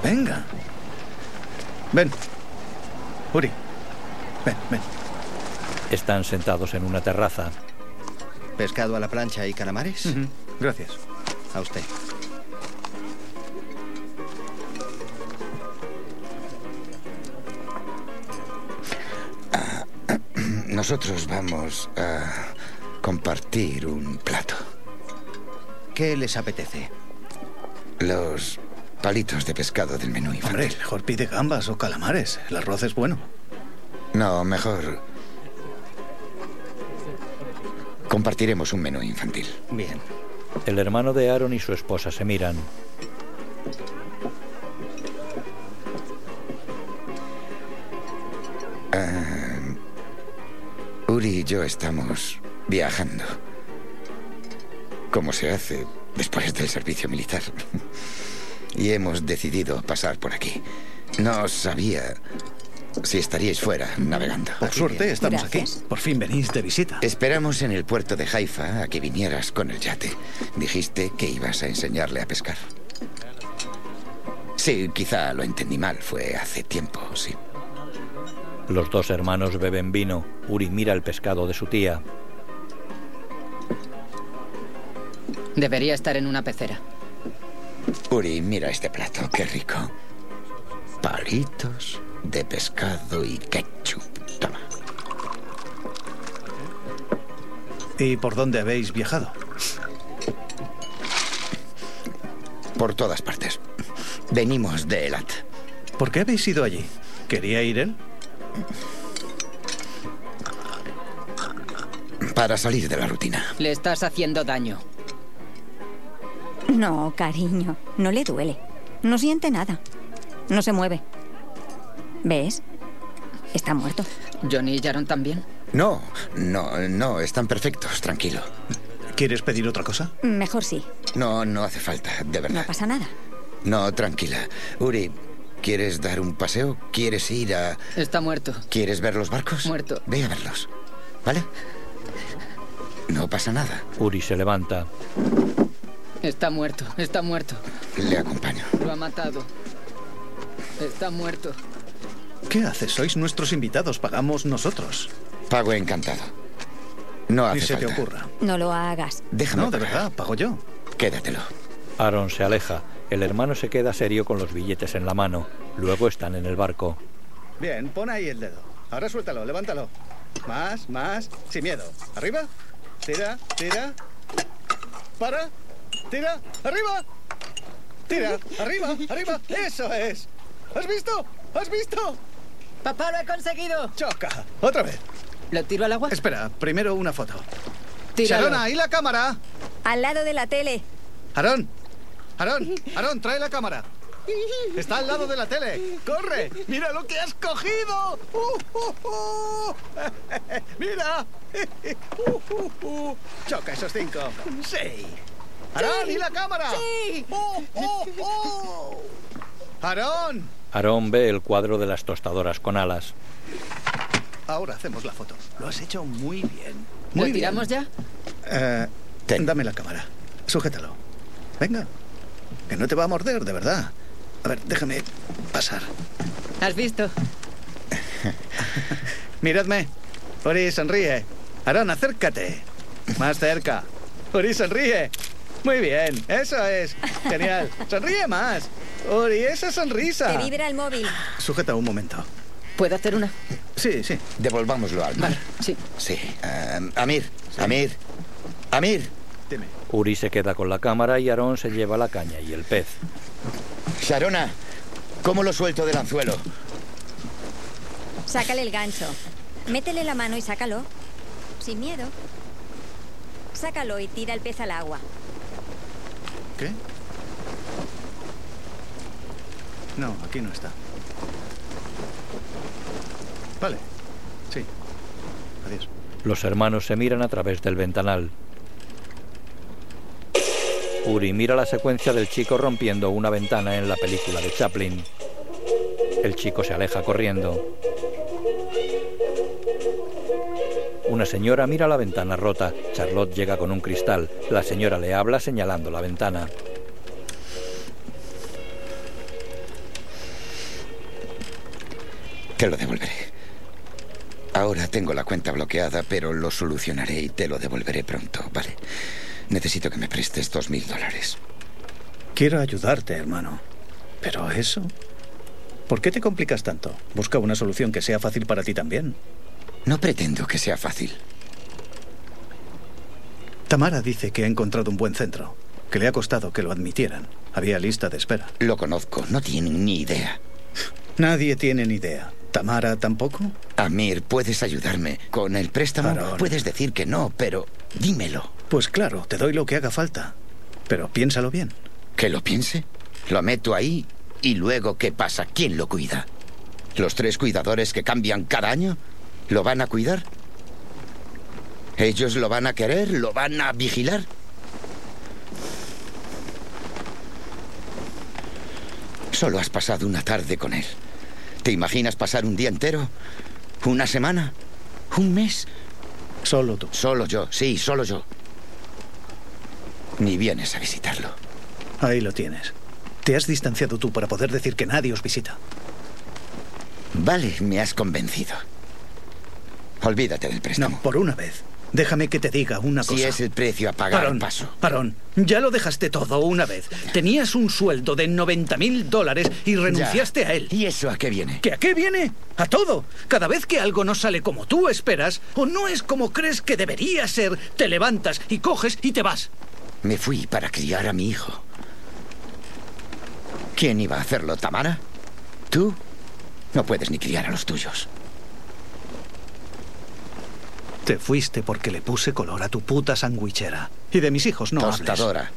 Speaker 11: Venga. Ven. Uri. Ven, ven.
Speaker 1: Están sentados en una terraza.
Speaker 18: ¿Pescado a la plancha y calamares?
Speaker 11: Gracias.
Speaker 18: A usted.
Speaker 3: Nosotros vamos a compartir un plato.
Speaker 18: ¿Qué les apetece?
Speaker 3: Los palitos de pescado del menú infantil.
Speaker 11: Hombre, mejor pide gambas o calamares. El arroz es bueno.
Speaker 3: No, mejor. Compartiremos un menú infantil.
Speaker 18: Bien.
Speaker 1: El hermano de Aaron y su esposa se miran.
Speaker 3: Ah, Uri y yo estamos viajando. Como se hace después del servicio militar. Y hemos decidido pasar por aquí. No sabía si estaríais fuera navegando.
Speaker 11: Por suerte, estamos aquí. Por fin venís de visita.
Speaker 3: Esperamos en el puerto de Haifa a que vinieras con el yate. Dijiste que ibas a enseñarle a pescar. Sí, quizá lo entendí mal. Fue hace tiempo, sí.
Speaker 1: Los dos hermanos beben vino. Uri mira el pescado de su tía.
Speaker 2: Debería estar en una pecera.
Speaker 3: Uri, mira este plato, qué rico. Palitos de pescado y ketchup. Toma.
Speaker 11: ¿Y por dónde habéis viajado?
Speaker 3: Por todas partes. Venimos de Elat.
Speaker 11: ¿Por qué habéis ido allí? ¿Quería ir él?
Speaker 3: Para salir de la rutina.
Speaker 2: Le estás haciendo daño.
Speaker 6: No, cariño, no le duele. No siente nada. No se mueve. ¿Ves? Está muerto.
Speaker 2: Johnny y Jaron también.
Speaker 3: No, no, no, están perfectos, tranquilo.
Speaker 11: ¿Quieres pedir otra cosa?
Speaker 6: Mejor sí.
Speaker 3: No, no hace falta, de
Speaker 6: No
Speaker 3: verdad.
Speaker 6: pasa nada.
Speaker 3: No, tranquila. Uri, ¿quieres dar un paseo? ¿Quieres ir a...
Speaker 2: Está muerto.
Speaker 3: ¿Quieres ver los barcos?
Speaker 2: Muerto.
Speaker 3: Ve a verlos, ¿vale? No pasa nada.
Speaker 1: Uri se levanta.
Speaker 2: Está muerto, está muerto.
Speaker 3: Le acompaño.
Speaker 2: Lo ha matado. Está muerto.
Speaker 11: ¿Qué haces? Sois nuestros invitados, pagamos nosotros.
Speaker 3: Pago encantado. No hace
Speaker 11: Ni se
Speaker 3: falta.
Speaker 11: te ocurra.
Speaker 6: No lo hagas.
Speaker 1: Déjame
Speaker 11: No, de verdad, pago yo.
Speaker 3: Quédatelo.
Speaker 1: Aaron se aleja. El hermano se queda serio con los billetes en la mano. Luego están en el barco.
Speaker 15: Bien, pon ahí el dedo. Ahora suéltalo, levántalo. Más, más, sin miedo. Arriba. Tira, tira. Para. Tira. Arriba. Tira. Arriba, arriba. Eso es. ¿Has visto? ¿Has visto?
Speaker 9: Papá, lo he conseguido.
Speaker 15: Choca. Otra vez.
Speaker 2: ¿Lo tiro al agua?
Speaker 15: Espera, primero una foto.
Speaker 6: Tíralo.
Speaker 15: Sharona, ahí la cámara.
Speaker 6: Al lado de la tele.
Speaker 15: Aarón. Aarón, Aarón, trae la cámara. Está al lado de la tele. ¡Corre! ¡Mira lo que has cogido! ¡Uh, uh, uh! ¡Mira! ¡Uh, uh, uh! Choca esos cinco. ¡Sí! ¡Aarón, y la cámara!
Speaker 9: ¡Sí!
Speaker 15: ¡Oh, oh, oh! ¡Aarón!
Speaker 1: Aarón ve el cuadro de las tostadoras con alas.
Speaker 15: Ahora hacemos la foto. Lo has hecho muy bien.
Speaker 2: ¿Lo tiramos ya?
Speaker 11: Eh, Dame la cámara. Sujétalo. Venga. Que no te va a morder, de verdad. A ver, déjame pasar.
Speaker 2: ¿Has visto?
Speaker 15: Miradme. Ori, sonríe. Aarón, acércate. Más cerca. Ori, sonríe. Muy bien, eso es. Genial. Sonríe más. Ori, esa sonrisa.
Speaker 6: Te vibra el móvil.
Speaker 11: Sujeta un momento.
Speaker 2: ¿Puedo hacer una?
Speaker 11: Sí, sí.
Speaker 3: Devolvámoslo al mar.
Speaker 2: sí.
Speaker 3: Sí. Ah, Amir, Amir, Amir.
Speaker 1: Uri se queda con la cámara y Aarón se lleva la caña y el pez.
Speaker 3: Sharona, ¿cómo lo suelto del anzuelo?
Speaker 6: Sácale el gancho. Métele la mano y sácalo. Sin miedo. Sácalo y tira el pez al agua.
Speaker 11: ¿Qué? No, aquí no está. Vale. Sí. Adiós.
Speaker 1: Los hermanos se miran a través del ventanal. Uri mira la secuencia del chico rompiendo una ventana en la película de Chaplin. El chico se aleja corriendo. Una señora mira la ventana rota. Charlotte llega con un cristal. La señora le habla señalando la ventana.
Speaker 3: Te lo devolveré. Ahora tengo la cuenta bloqueada, pero lo solucionaré y te lo devolveré pronto, ¿vale? Necesito que me prestes dos mil dólares.
Speaker 11: Quiero ayudarte, hermano. Pero eso... ¿Por qué te complicas tanto? Busca una solución que sea fácil para ti también.
Speaker 3: No pretendo que sea fácil.
Speaker 11: Tamara dice que ha encontrado un buen centro, que le ha costado que lo admitieran. Había lista de espera.
Speaker 3: Lo conozco, no tienen ni idea.
Speaker 11: Nadie tiene ni idea. ¿Tamara tampoco?
Speaker 3: Amir, ¿puedes ayudarme? Con el préstamo puedes decir que no, pero dímelo.
Speaker 11: Pues claro, te doy lo que haga falta. Pero piénsalo bien.
Speaker 3: ¿Que lo piense? Lo meto ahí y luego ¿qué pasa? ¿Quién lo cuida? ¿Los tres cuidadores que cambian cada año? ¿Lo van a cuidar? ¿Ellos lo van a querer? ¿Lo van a vigilar? Solo has pasado una tarde con él. ¿Te imaginas pasar un día entero? ¿Una semana? ¿Un mes?
Speaker 11: Solo tú.
Speaker 3: Solo yo, sí, solo yo. Ni vienes a visitarlo.
Speaker 11: Ahí lo tienes. Te has distanciado tú para poder decir que nadie os visita.
Speaker 3: Vale, me has convencido. Olvídate del préstamo.
Speaker 11: No, por una vez. Déjame que te diga una
Speaker 3: Si
Speaker 11: cosa.
Speaker 3: es el precio a pagar,
Speaker 11: Parón,
Speaker 3: paso.
Speaker 11: Parón, ya lo dejaste todo una vez. Tenías un sueldo de 90 mil dólares y renunciaste a él.
Speaker 3: ¿Y eso a qué viene?
Speaker 11: ¿Que a qué viene? A todo. Cada vez que algo no sale como tú esperas o no es como crees que debería ser, te levantas y coges y te vas.
Speaker 3: Me fui para criar a mi hijo. ¿Quién iba a hacerlo, Tamara? ¿Tú? No puedes ni criar a los tuyos.
Speaker 11: Te fuiste porque le puse color a tu puta sandwichera. Y de mis hijos no hables.
Speaker 3: tostadora.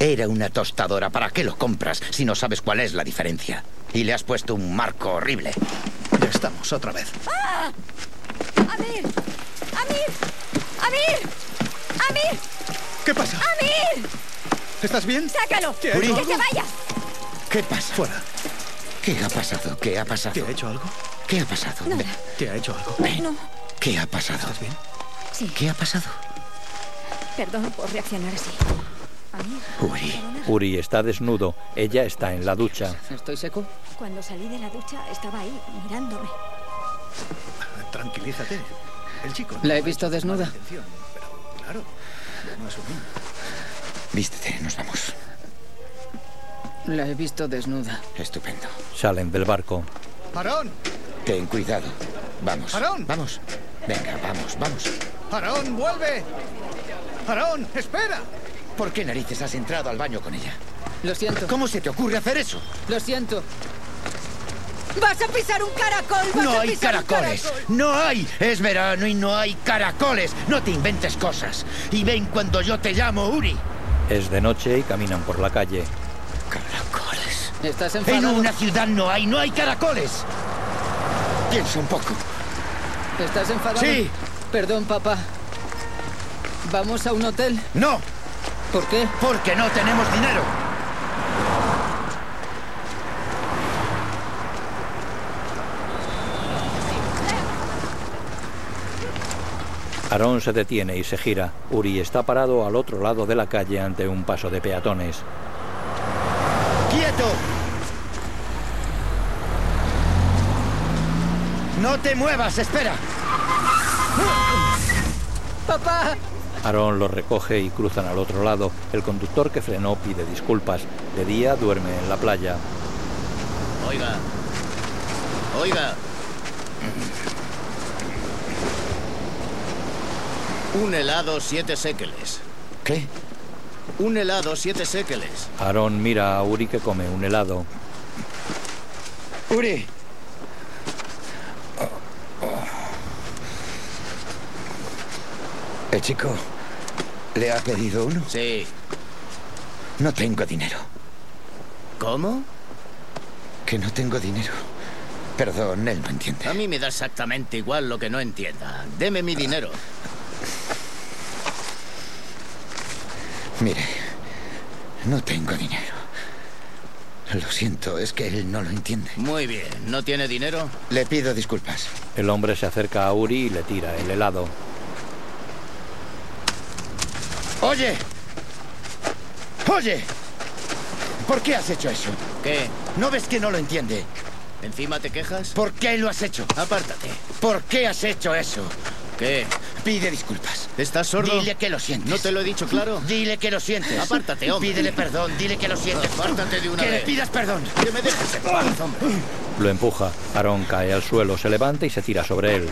Speaker 3: Era una tostadora. ¿Para qué lo compras si no sabes cuál es la diferencia? Y le has puesto un marco horrible.
Speaker 11: Ya estamos otra vez.
Speaker 9: ¡Ah! ¡Amir! ¡Amir! ¡Amir! ¡Amir!
Speaker 11: ¿Qué pasa?
Speaker 9: ¡Amir!
Speaker 11: ¿Estás bien?
Speaker 9: ¡Sácalo!
Speaker 11: ¿Qué ha hecho
Speaker 9: ¡Que
Speaker 11: algo?
Speaker 9: se vaya!
Speaker 3: ¿Qué pasa?
Speaker 11: Fuera.
Speaker 3: ¿Qué ha pasado? ¿Qué ha pasado?
Speaker 11: ¿Te ha hecho algo?
Speaker 3: ¿Qué ha pasado?
Speaker 6: Nada.
Speaker 3: Ven.
Speaker 11: ¿Te ha hecho algo?
Speaker 6: No,
Speaker 3: ¿Qué ha pasado?
Speaker 11: bien?
Speaker 6: Sí.
Speaker 3: ¿Qué ha pasado?
Speaker 6: Perdón por reaccionar así.
Speaker 3: Uri.
Speaker 1: Uri está desnudo, ella está en la ducha.
Speaker 2: ¿Estoy seco?
Speaker 6: Cuando salí de la ducha estaba ahí, mirándome.
Speaker 15: Tranquilízate. El chico.
Speaker 2: La he visto desnuda.
Speaker 15: Claro. No es un niño.
Speaker 3: Vístete, nos vamos.
Speaker 2: La he visto desnuda.
Speaker 3: Estupendo.
Speaker 1: Salen del barco.
Speaker 15: ¡Aarón!
Speaker 3: Ten cuidado. Vamos.
Speaker 15: ¡Aarón!
Speaker 3: Vamos. Venga, vamos, vamos.
Speaker 15: ¡Aarón, vuelve! ¡Aarón, espera!
Speaker 3: ¿Por qué narices has entrado al baño con ella?
Speaker 2: Lo siento.
Speaker 3: ¿Cómo se te ocurre hacer eso?
Speaker 2: Lo siento.
Speaker 9: ¡Vas a pisar un caracol! ¡Vas
Speaker 3: No
Speaker 9: a
Speaker 3: hay
Speaker 9: pisar un
Speaker 3: caracoles.
Speaker 9: caracol!
Speaker 3: No hay. Es verano y no hay caracoles. No te inventes cosas. Y ven cuando yo te llamo, Uri.
Speaker 1: Es de noche y caminan por la calle.
Speaker 3: Caracoles.
Speaker 2: ¿Estás
Speaker 3: En
Speaker 2: enfadado?
Speaker 3: una ciudad no hay, no hay caracoles. Piensa un poco.
Speaker 2: ¿Estás enfadado?
Speaker 3: Sí.
Speaker 2: Perdón, papá. ¿Vamos a un hotel?
Speaker 3: No,
Speaker 2: ¿Por qué?
Speaker 3: porque no tenemos dinero.
Speaker 1: Aarón se detiene y se gira. Uri está parado al otro lado de la calle ante un paso de peatones.
Speaker 18: ¡Quieto! ¡No te muevas! ¡Espera!
Speaker 2: ¡Papá!
Speaker 1: Aarón lo recoge y cruzan al otro lado. El conductor que frenó pide disculpas. De día duerme en la playa.
Speaker 17: Oiga. Oiga. Un helado siete séqueles.
Speaker 3: ¿Qué?
Speaker 17: Un helado siete séqueles.
Speaker 1: Aarón mira a Uri que come un helado.
Speaker 18: ¡Uri!
Speaker 3: El Eh, chico le ha pedido uno.
Speaker 17: Sí.
Speaker 3: No tengo dinero.
Speaker 17: ¿Cómo?
Speaker 3: Que no tengo dinero. Perdón, él no entiende.
Speaker 17: A mí me da exactamente igual lo que no entienda. Deme mi dinero.
Speaker 3: Ah, Mire, no tengo dinero. Lo siento, es que él no lo entiende.
Speaker 17: Muy bien.
Speaker 3: eh.
Speaker 17: ¿No tiene dinero?
Speaker 3: Le pido disculpas.
Speaker 1: El hombre se acerca a Uri y le tira el helado.
Speaker 3: Oye, oye, ¿por qué has hecho eso?
Speaker 17: ¿Qué?
Speaker 3: ¿No ves que no lo entiende?
Speaker 17: ¿Encima te quejas?
Speaker 3: ¿Por qué lo has hecho?
Speaker 17: Apártate.
Speaker 3: ¿Por qué has hecho eso?
Speaker 17: ¿Qué?
Speaker 3: Pide disculpas.
Speaker 17: ¿Estás sordo?
Speaker 3: Dile que lo sientes.
Speaker 17: ¿No te lo he dicho claro?
Speaker 3: Dile que lo sientes.
Speaker 17: Apártate, hombre.
Speaker 3: Pídele perdón, dile que lo sientes.
Speaker 17: Apártate de una
Speaker 3: que
Speaker 17: vez.
Speaker 3: le pidas perdón.
Speaker 17: Que me dejes en paz, hombre.
Speaker 1: Lo empuja. Aarón cae al suelo, se levanta y se tira sobre él.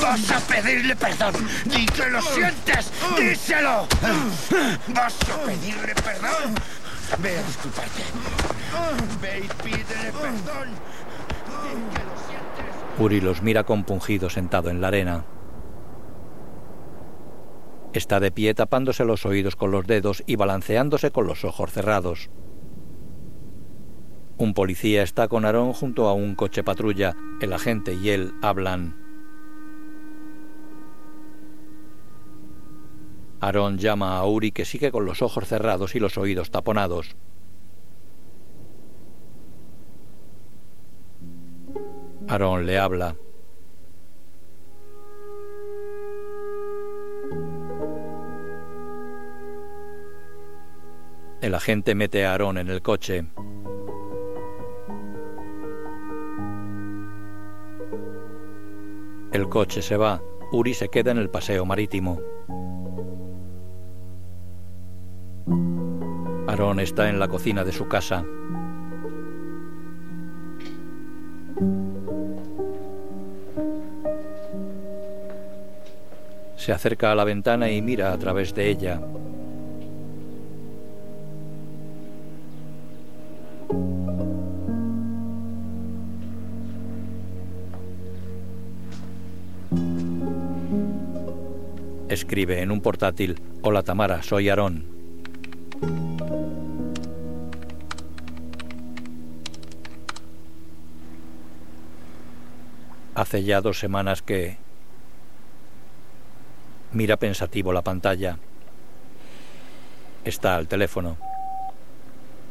Speaker 3: Vas a pedirle perdón. Di que lo sientes. Díselo.
Speaker 17: Ah.
Speaker 3: Vas a pedirle perdón. Ve a disculparte. Ve y pídele perdón.
Speaker 1: Uri los mira compungido sentado en la arena. Está de pie tapándose los oídos con los dedos y balanceándose con los ojos cerrados. Un policía está con Aarón junto a un coche patrulla. El agente y él hablan. Aarón llama a Uri que sigue con los ojos cerrados y los oídos taponados. Aarón le habla. El agente mete a Aarón en el coche. El coche se va. Uri se queda en el paseo marítimo. Aarón está en la cocina de su casa. Se acerca a la ventana y mira a través de ella. Escribe en un portátil, Hola Tamara, soy Aarón. Hace ya dos semanas que... Mira pensativo la pantalla. Está al teléfono.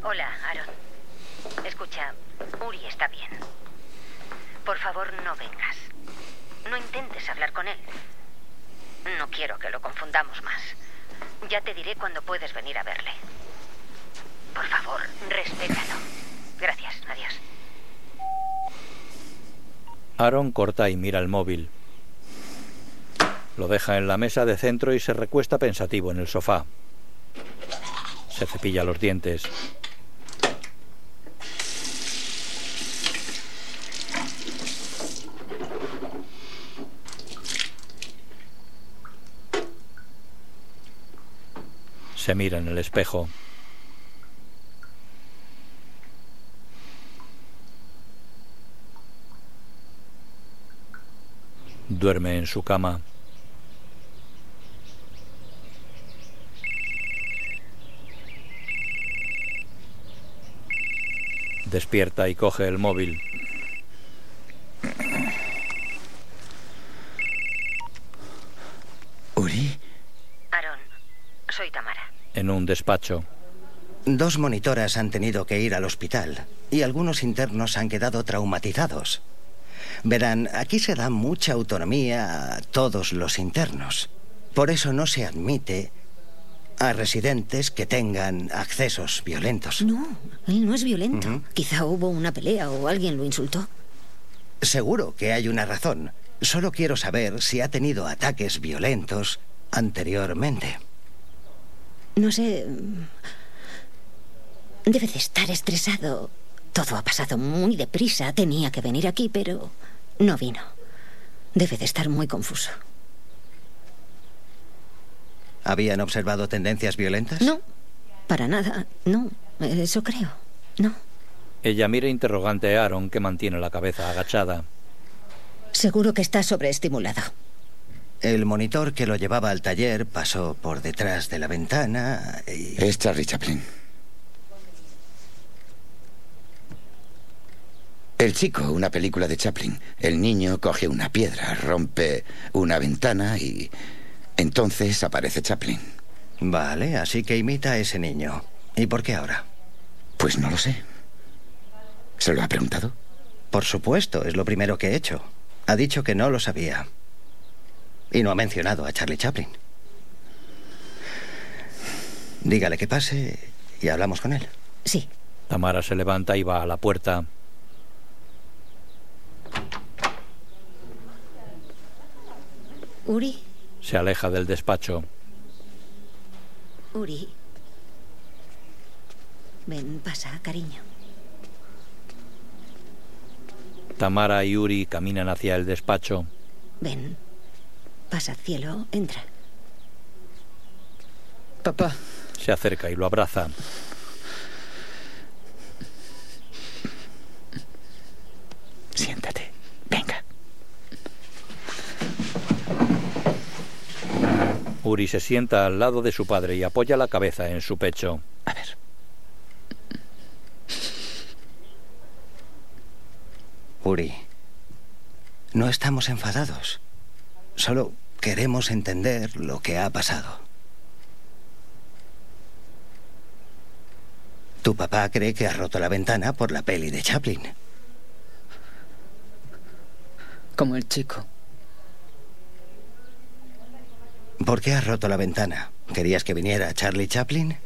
Speaker 13: Hola, Aaron. Escucha, Uri está bien. Por favor, no vengas. No intentes hablar con él. No quiero que lo confundamos más. Ya te diré cuando puedes venir a verle. Por favor, respétalo. Gracias, adiós.
Speaker 1: Aaron corta y mira el móvil. Lo deja en la mesa de centro y se recuesta pensativo en el sofá. Se cepilla los dientes. Se mira en el espejo. Duerme en su cama. Despierta y coge el móvil.
Speaker 18: Uri,
Speaker 13: Aarón, soy Tamara.
Speaker 1: En un despacho.
Speaker 18: dos monitoras han tenido que ir al hospital y algunos internos han quedado traumatizados. Verán, aquí se da mucha autonomía a todos los internos. Por eso no se admite a residentes que tengan accesos violentos.
Speaker 5: No, él no es violento. Quizá hubo una pelea o alguien lo insultó.
Speaker 18: Seguro que hay una razón. Solo quiero saber si ha tenido ataques violentos anteriormente.
Speaker 5: No sé. mm, Debe de estar estresado. Todo ha pasado muy deprisa. Tenía que venir aquí, pero no vino. Debe de estar muy confuso.
Speaker 18: ¿Habían observado tendencias violentas?
Speaker 5: No, para nada. No, eso creo.
Speaker 1: Ella mira interrogante a Aaron que mantiene la cabeza agachada.
Speaker 5: Seguro que está sobreestimulado.
Speaker 18: El monitor que lo llevaba al taller pasó por detrás de la ventana y...
Speaker 3: Es Charlie Chaplin. El chico, una película de Chaplin. El niño coge una piedra, rompe una ventana y... Entonces aparece Chaplin.
Speaker 18: Vale, así que imita a ese niño. ¿Y por qué ahora?
Speaker 3: Pues no lo sé. ¿Se lo ha preguntado?
Speaker 18: Por supuesto, es lo primero que he hecho. Ha dicho que no lo sabía. Y no ha mencionado a Charlie Chaplin. Dígale que pase y hablamos con él.
Speaker 5: Sí.
Speaker 1: Tamara se levanta y va a la puerta.
Speaker 5: Uri,
Speaker 1: Se aleja del despacho.
Speaker 5: Uri. Ven, pasa, cariño.
Speaker 1: Tamara y Uri caminan hacia el despacho.
Speaker 5: Ven. Pasa, cielo, entra.
Speaker 2: Papá,
Speaker 1: Se acerca y lo abraza.
Speaker 18: Siéntate.
Speaker 1: Uri se sienta al lado de su padre y apoya la cabeza en su pecho.
Speaker 18: A ver. Uri, no estamos enfadados. Solo queremos entender lo que ha pasado. Tu papá cree que ha roto la ventana por la peli de Chaplin.
Speaker 2: como el chico.
Speaker 18: ¿Por qué has roto la ventana? ¿Querías que viniera Charlie Chaplin?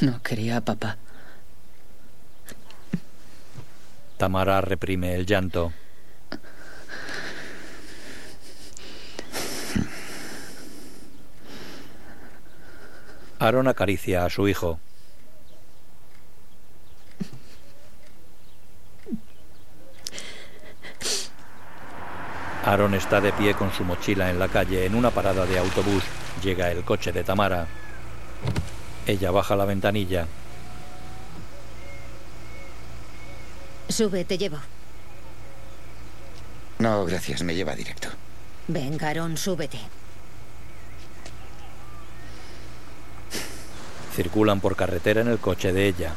Speaker 2: No quería a papá.
Speaker 1: Tamara reprime el llanto. Aaron acaricia a su hijo. Aaron está de pie con su mochila en la calle en una parada de autobús. Llega el coche de Tamara. Ella baja la ventanilla.
Speaker 5: Sube, te llevo.
Speaker 3: No, gracias, me lleva directo.
Speaker 5: Ven, Aarón, súbete.
Speaker 1: Circulan por carretera en el coche de ella.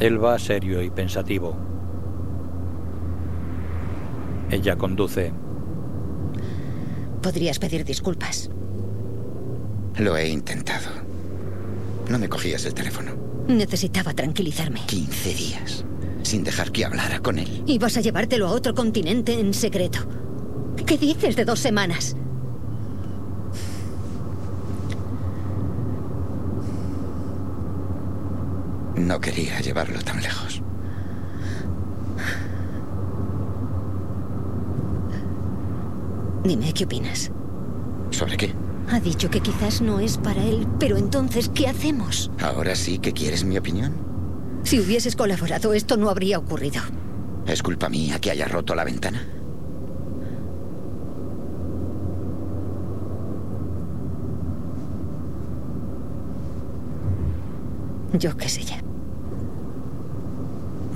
Speaker 1: Él va serio y pensativo. Ella conduce.
Speaker 5: Podrías pedir disculpas.
Speaker 3: Lo he intentado. No me cogías el teléfono.
Speaker 5: Necesitaba tranquilizarme.
Speaker 3: 15 días. sin dejar que hablara con él.
Speaker 5: Y vas a llevártelo a otro continente en secreto. ¿Qué dices de dos semanas?
Speaker 3: No quería llevarlo tan lejos.
Speaker 5: Dime, ¿qué opinas?
Speaker 3: ¿Sobre qué?
Speaker 5: Ha dicho que quizás no es para él, pero entonces, ¿qué hacemos?
Speaker 3: ¿Ahora sí que quieres mi opinión?
Speaker 5: Si hubieses colaborado, esto no habría ocurrido.
Speaker 3: ¿Es culpa mía que haya roto la ventana?
Speaker 5: Yo qué sé ya.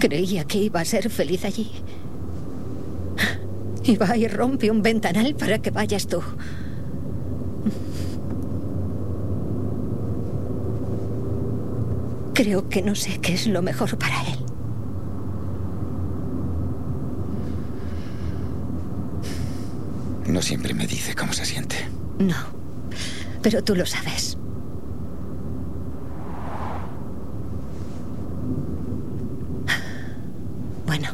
Speaker 5: Creía que iba a ser feliz allí. Y va y rompe un ventanal para que vayas tú. Creo que no sé qué es lo mejor para él.
Speaker 3: No siempre me dice cómo se siente.
Speaker 5: No. Pero tú lo sabes. Bueno.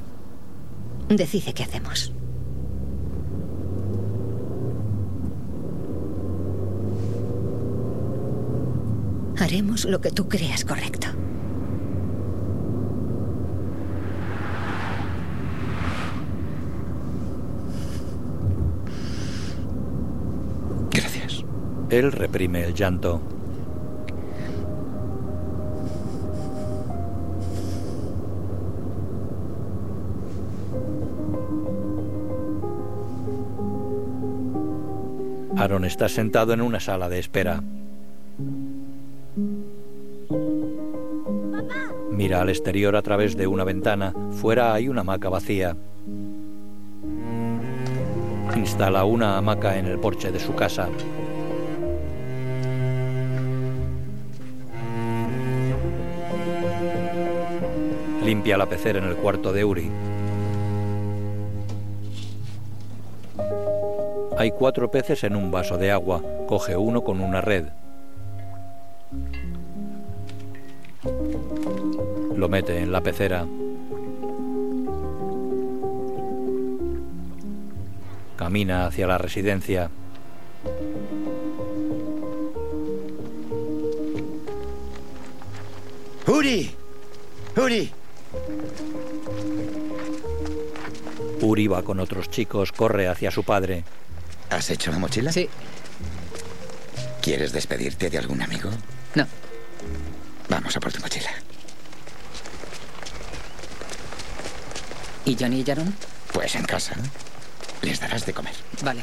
Speaker 5: Decide qué hacemos. Haremos lo que tú creas correcto.
Speaker 3: Gracias.
Speaker 1: Él reprime el llanto. Aaron está sentado en una sala de espera. Mira al exterior a través de una ventana. Fuera hay una hamaca vacía. Instala una hamaca en el porche de su casa. Limpia la pecera en el cuarto de Uri. Hay cuatro peces en un vaso de agua. Coge uno con una red. Lo mete en la pecera. Camina hacia la residencia.
Speaker 18: ¡Uri! ¡Uri!
Speaker 1: Uri va con otros chicos, corre hacia su padre.
Speaker 3: ¿Has hecho la mochila?
Speaker 2: Sí.
Speaker 3: ¿Quieres despedirte de algún amigo?
Speaker 2: No.
Speaker 3: Vamos a por tu mochila.
Speaker 2: ¿Y Johnny y Jaron?
Speaker 3: Pues en casa. Les darás de comer.
Speaker 2: Vale.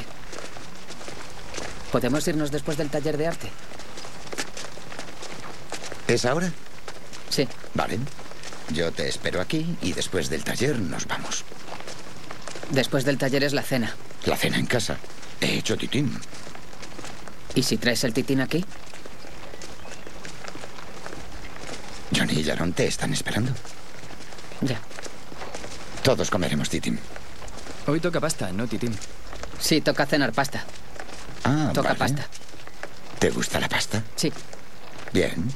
Speaker 2: ¿Podemos irnos después del taller de arte?
Speaker 3: ¿Es ahora?
Speaker 2: Sí.
Speaker 3: Vale. Yo te espero aquí y después del taller nos vamos.
Speaker 2: Después del taller es la cena.
Speaker 3: La cena en casa. He hecho titín.
Speaker 2: ¿Y si traes el titín aquí?
Speaker 3: Johnny y Jaron te están esperando.
Speaker 2: Ya.
Speaker 3: Todos comeremos titín.
Speaker 19: Hoy toca pasta, ¿no, titín?
Speaker 2: Sí, toca cenar pasta.
Speaker 3: Ah,
Speaker 2: Toca
Speaker 3: vale.
Speaker 2: pasta.
Speaker 3: ¿Te gusta la pasta?
Speaker 2: Sí.
Speaker 3: Bien.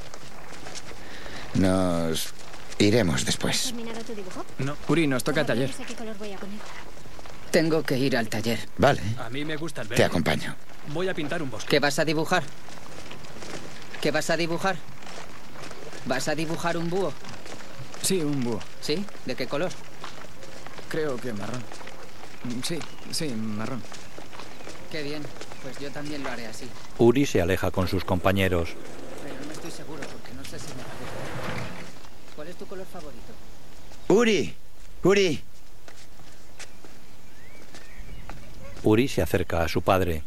Speaker 3: Nos iremos después.
Speaker 14: ¿Terminado tu dibujo?
Speaker 19: No. Uri, nos toca taller.
Speaker 14: No sé qué color voy a poner.
Speaker 2: Tengo que ir al taller.
Speaker 3: Vale,
Speaker 4: A mí me gusta el verde.
Speaker 3: te acompaño.
Speaker 4: Voy a pintar un bosque.
Speaker 2: ¿Qué vas a dibujar? ¿Qué vas a dibujar? ¿Vas a dibujar un búho?
Speaker 19: Sí, un búho.
Speaker 2: ¿Sí? ¿De qué color?
Speaker 19: Creo que marrón. Mm, Sí, sí, marrón.
Speaker 2: Qué bien. Pues yo también lo haré así.
Speaker 1: Uri se aleja con sus compañeros.
Speaker 2: Pero no estoy seguro porque no sé si me va a gustar. ¿Cuál es tu color favorito?
Speaker 18: ¡Uri! ¡Uri!
Speaker 1: Uri se acerca a su padre.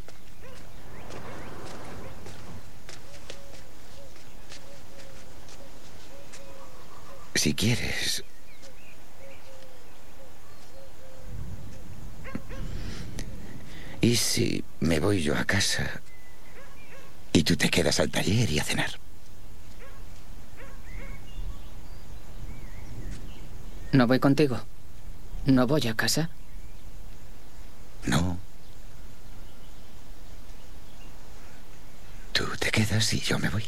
Speaker 3: Si quieres... ¿Y si me voy yo a casa y tú te quedas al taller y a cenar?
Speaker 2: No voy contigo. No voy a casa.
Speaker 3: No. Tú te quedas y yo me voy.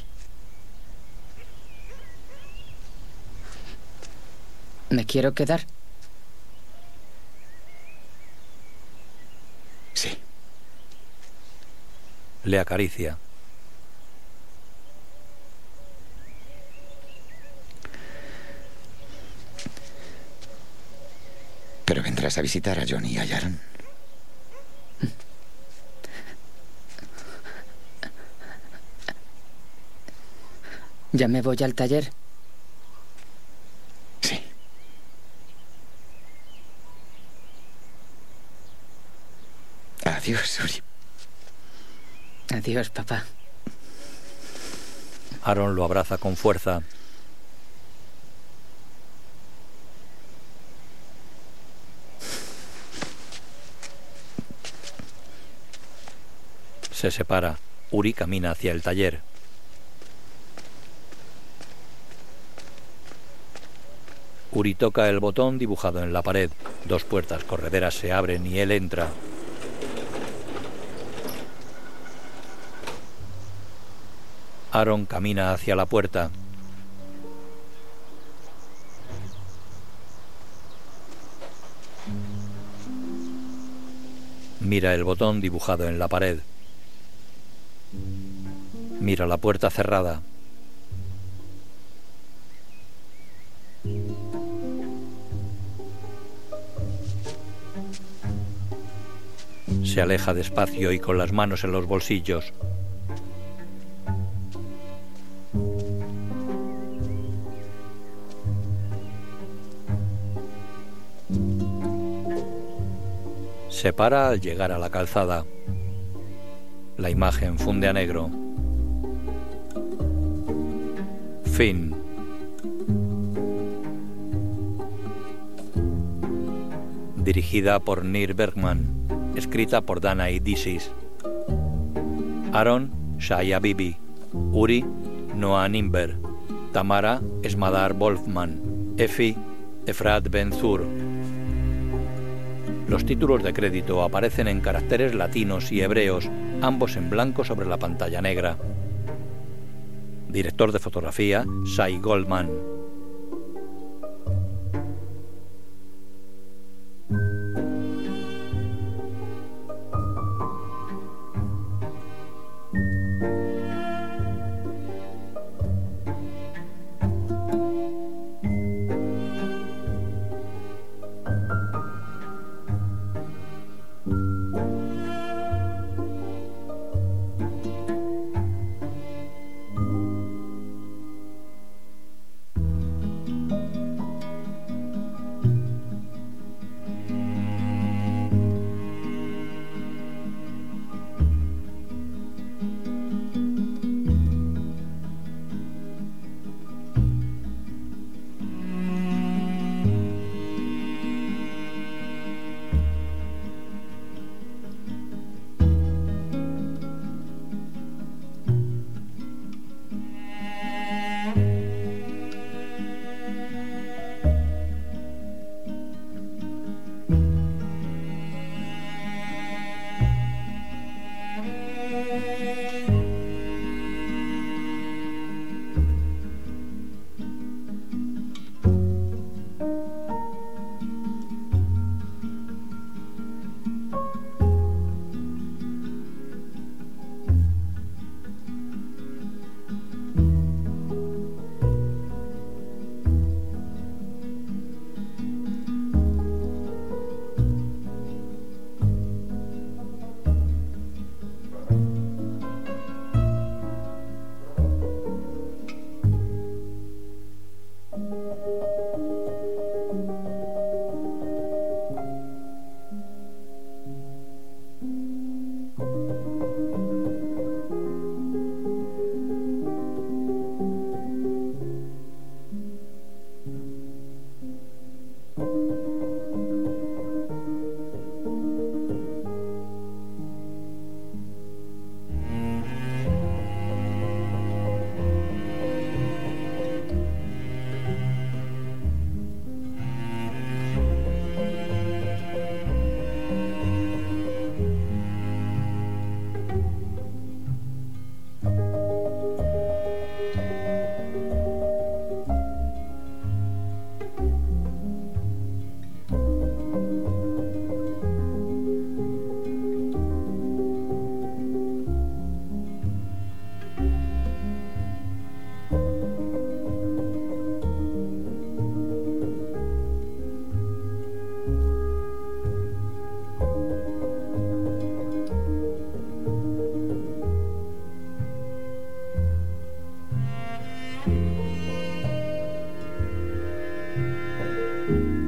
Speaker 2: ¿Me quiero quedar?
Speaker 3: Sí.
Speaker 1: Le acaricia.
Speaker 3: Pero vendrás a visitar a Johnny y a Sharon.
Speaker 2: ¿Ya me voy al taller?
Speaker 3: Sí. Adiós, Uri.
Speaker 2: Adiós, papá.
Speaker 1: Aaron lo abraza con fuerza. Se separa. Uri camina hacia el taller. Uri toca el botón dibujado en la pared. Dos puertas correderas se abren y él entra. Aaron camina hacia la puerta. Mira el botón dibujado en la pared. Mira la puerta cerrada. Se aleja despacio y con las manos en los bolsillos. Se para al llegar a la calzada. La imagen funde a negro. Fin. Dirigida por Nir Bergman. Escrita por Dana Idisis. Aaron Shaya Bibi. Uri Noah Nimber. Tamara Esmadar Wolfman. Efi Efrat Benzur. Los títulos de crédito aparecen en caracteres latinos y hebreos, ambos en blanco sobre la pantalla negra. Director de fotografía, Sai Goldman. marrón.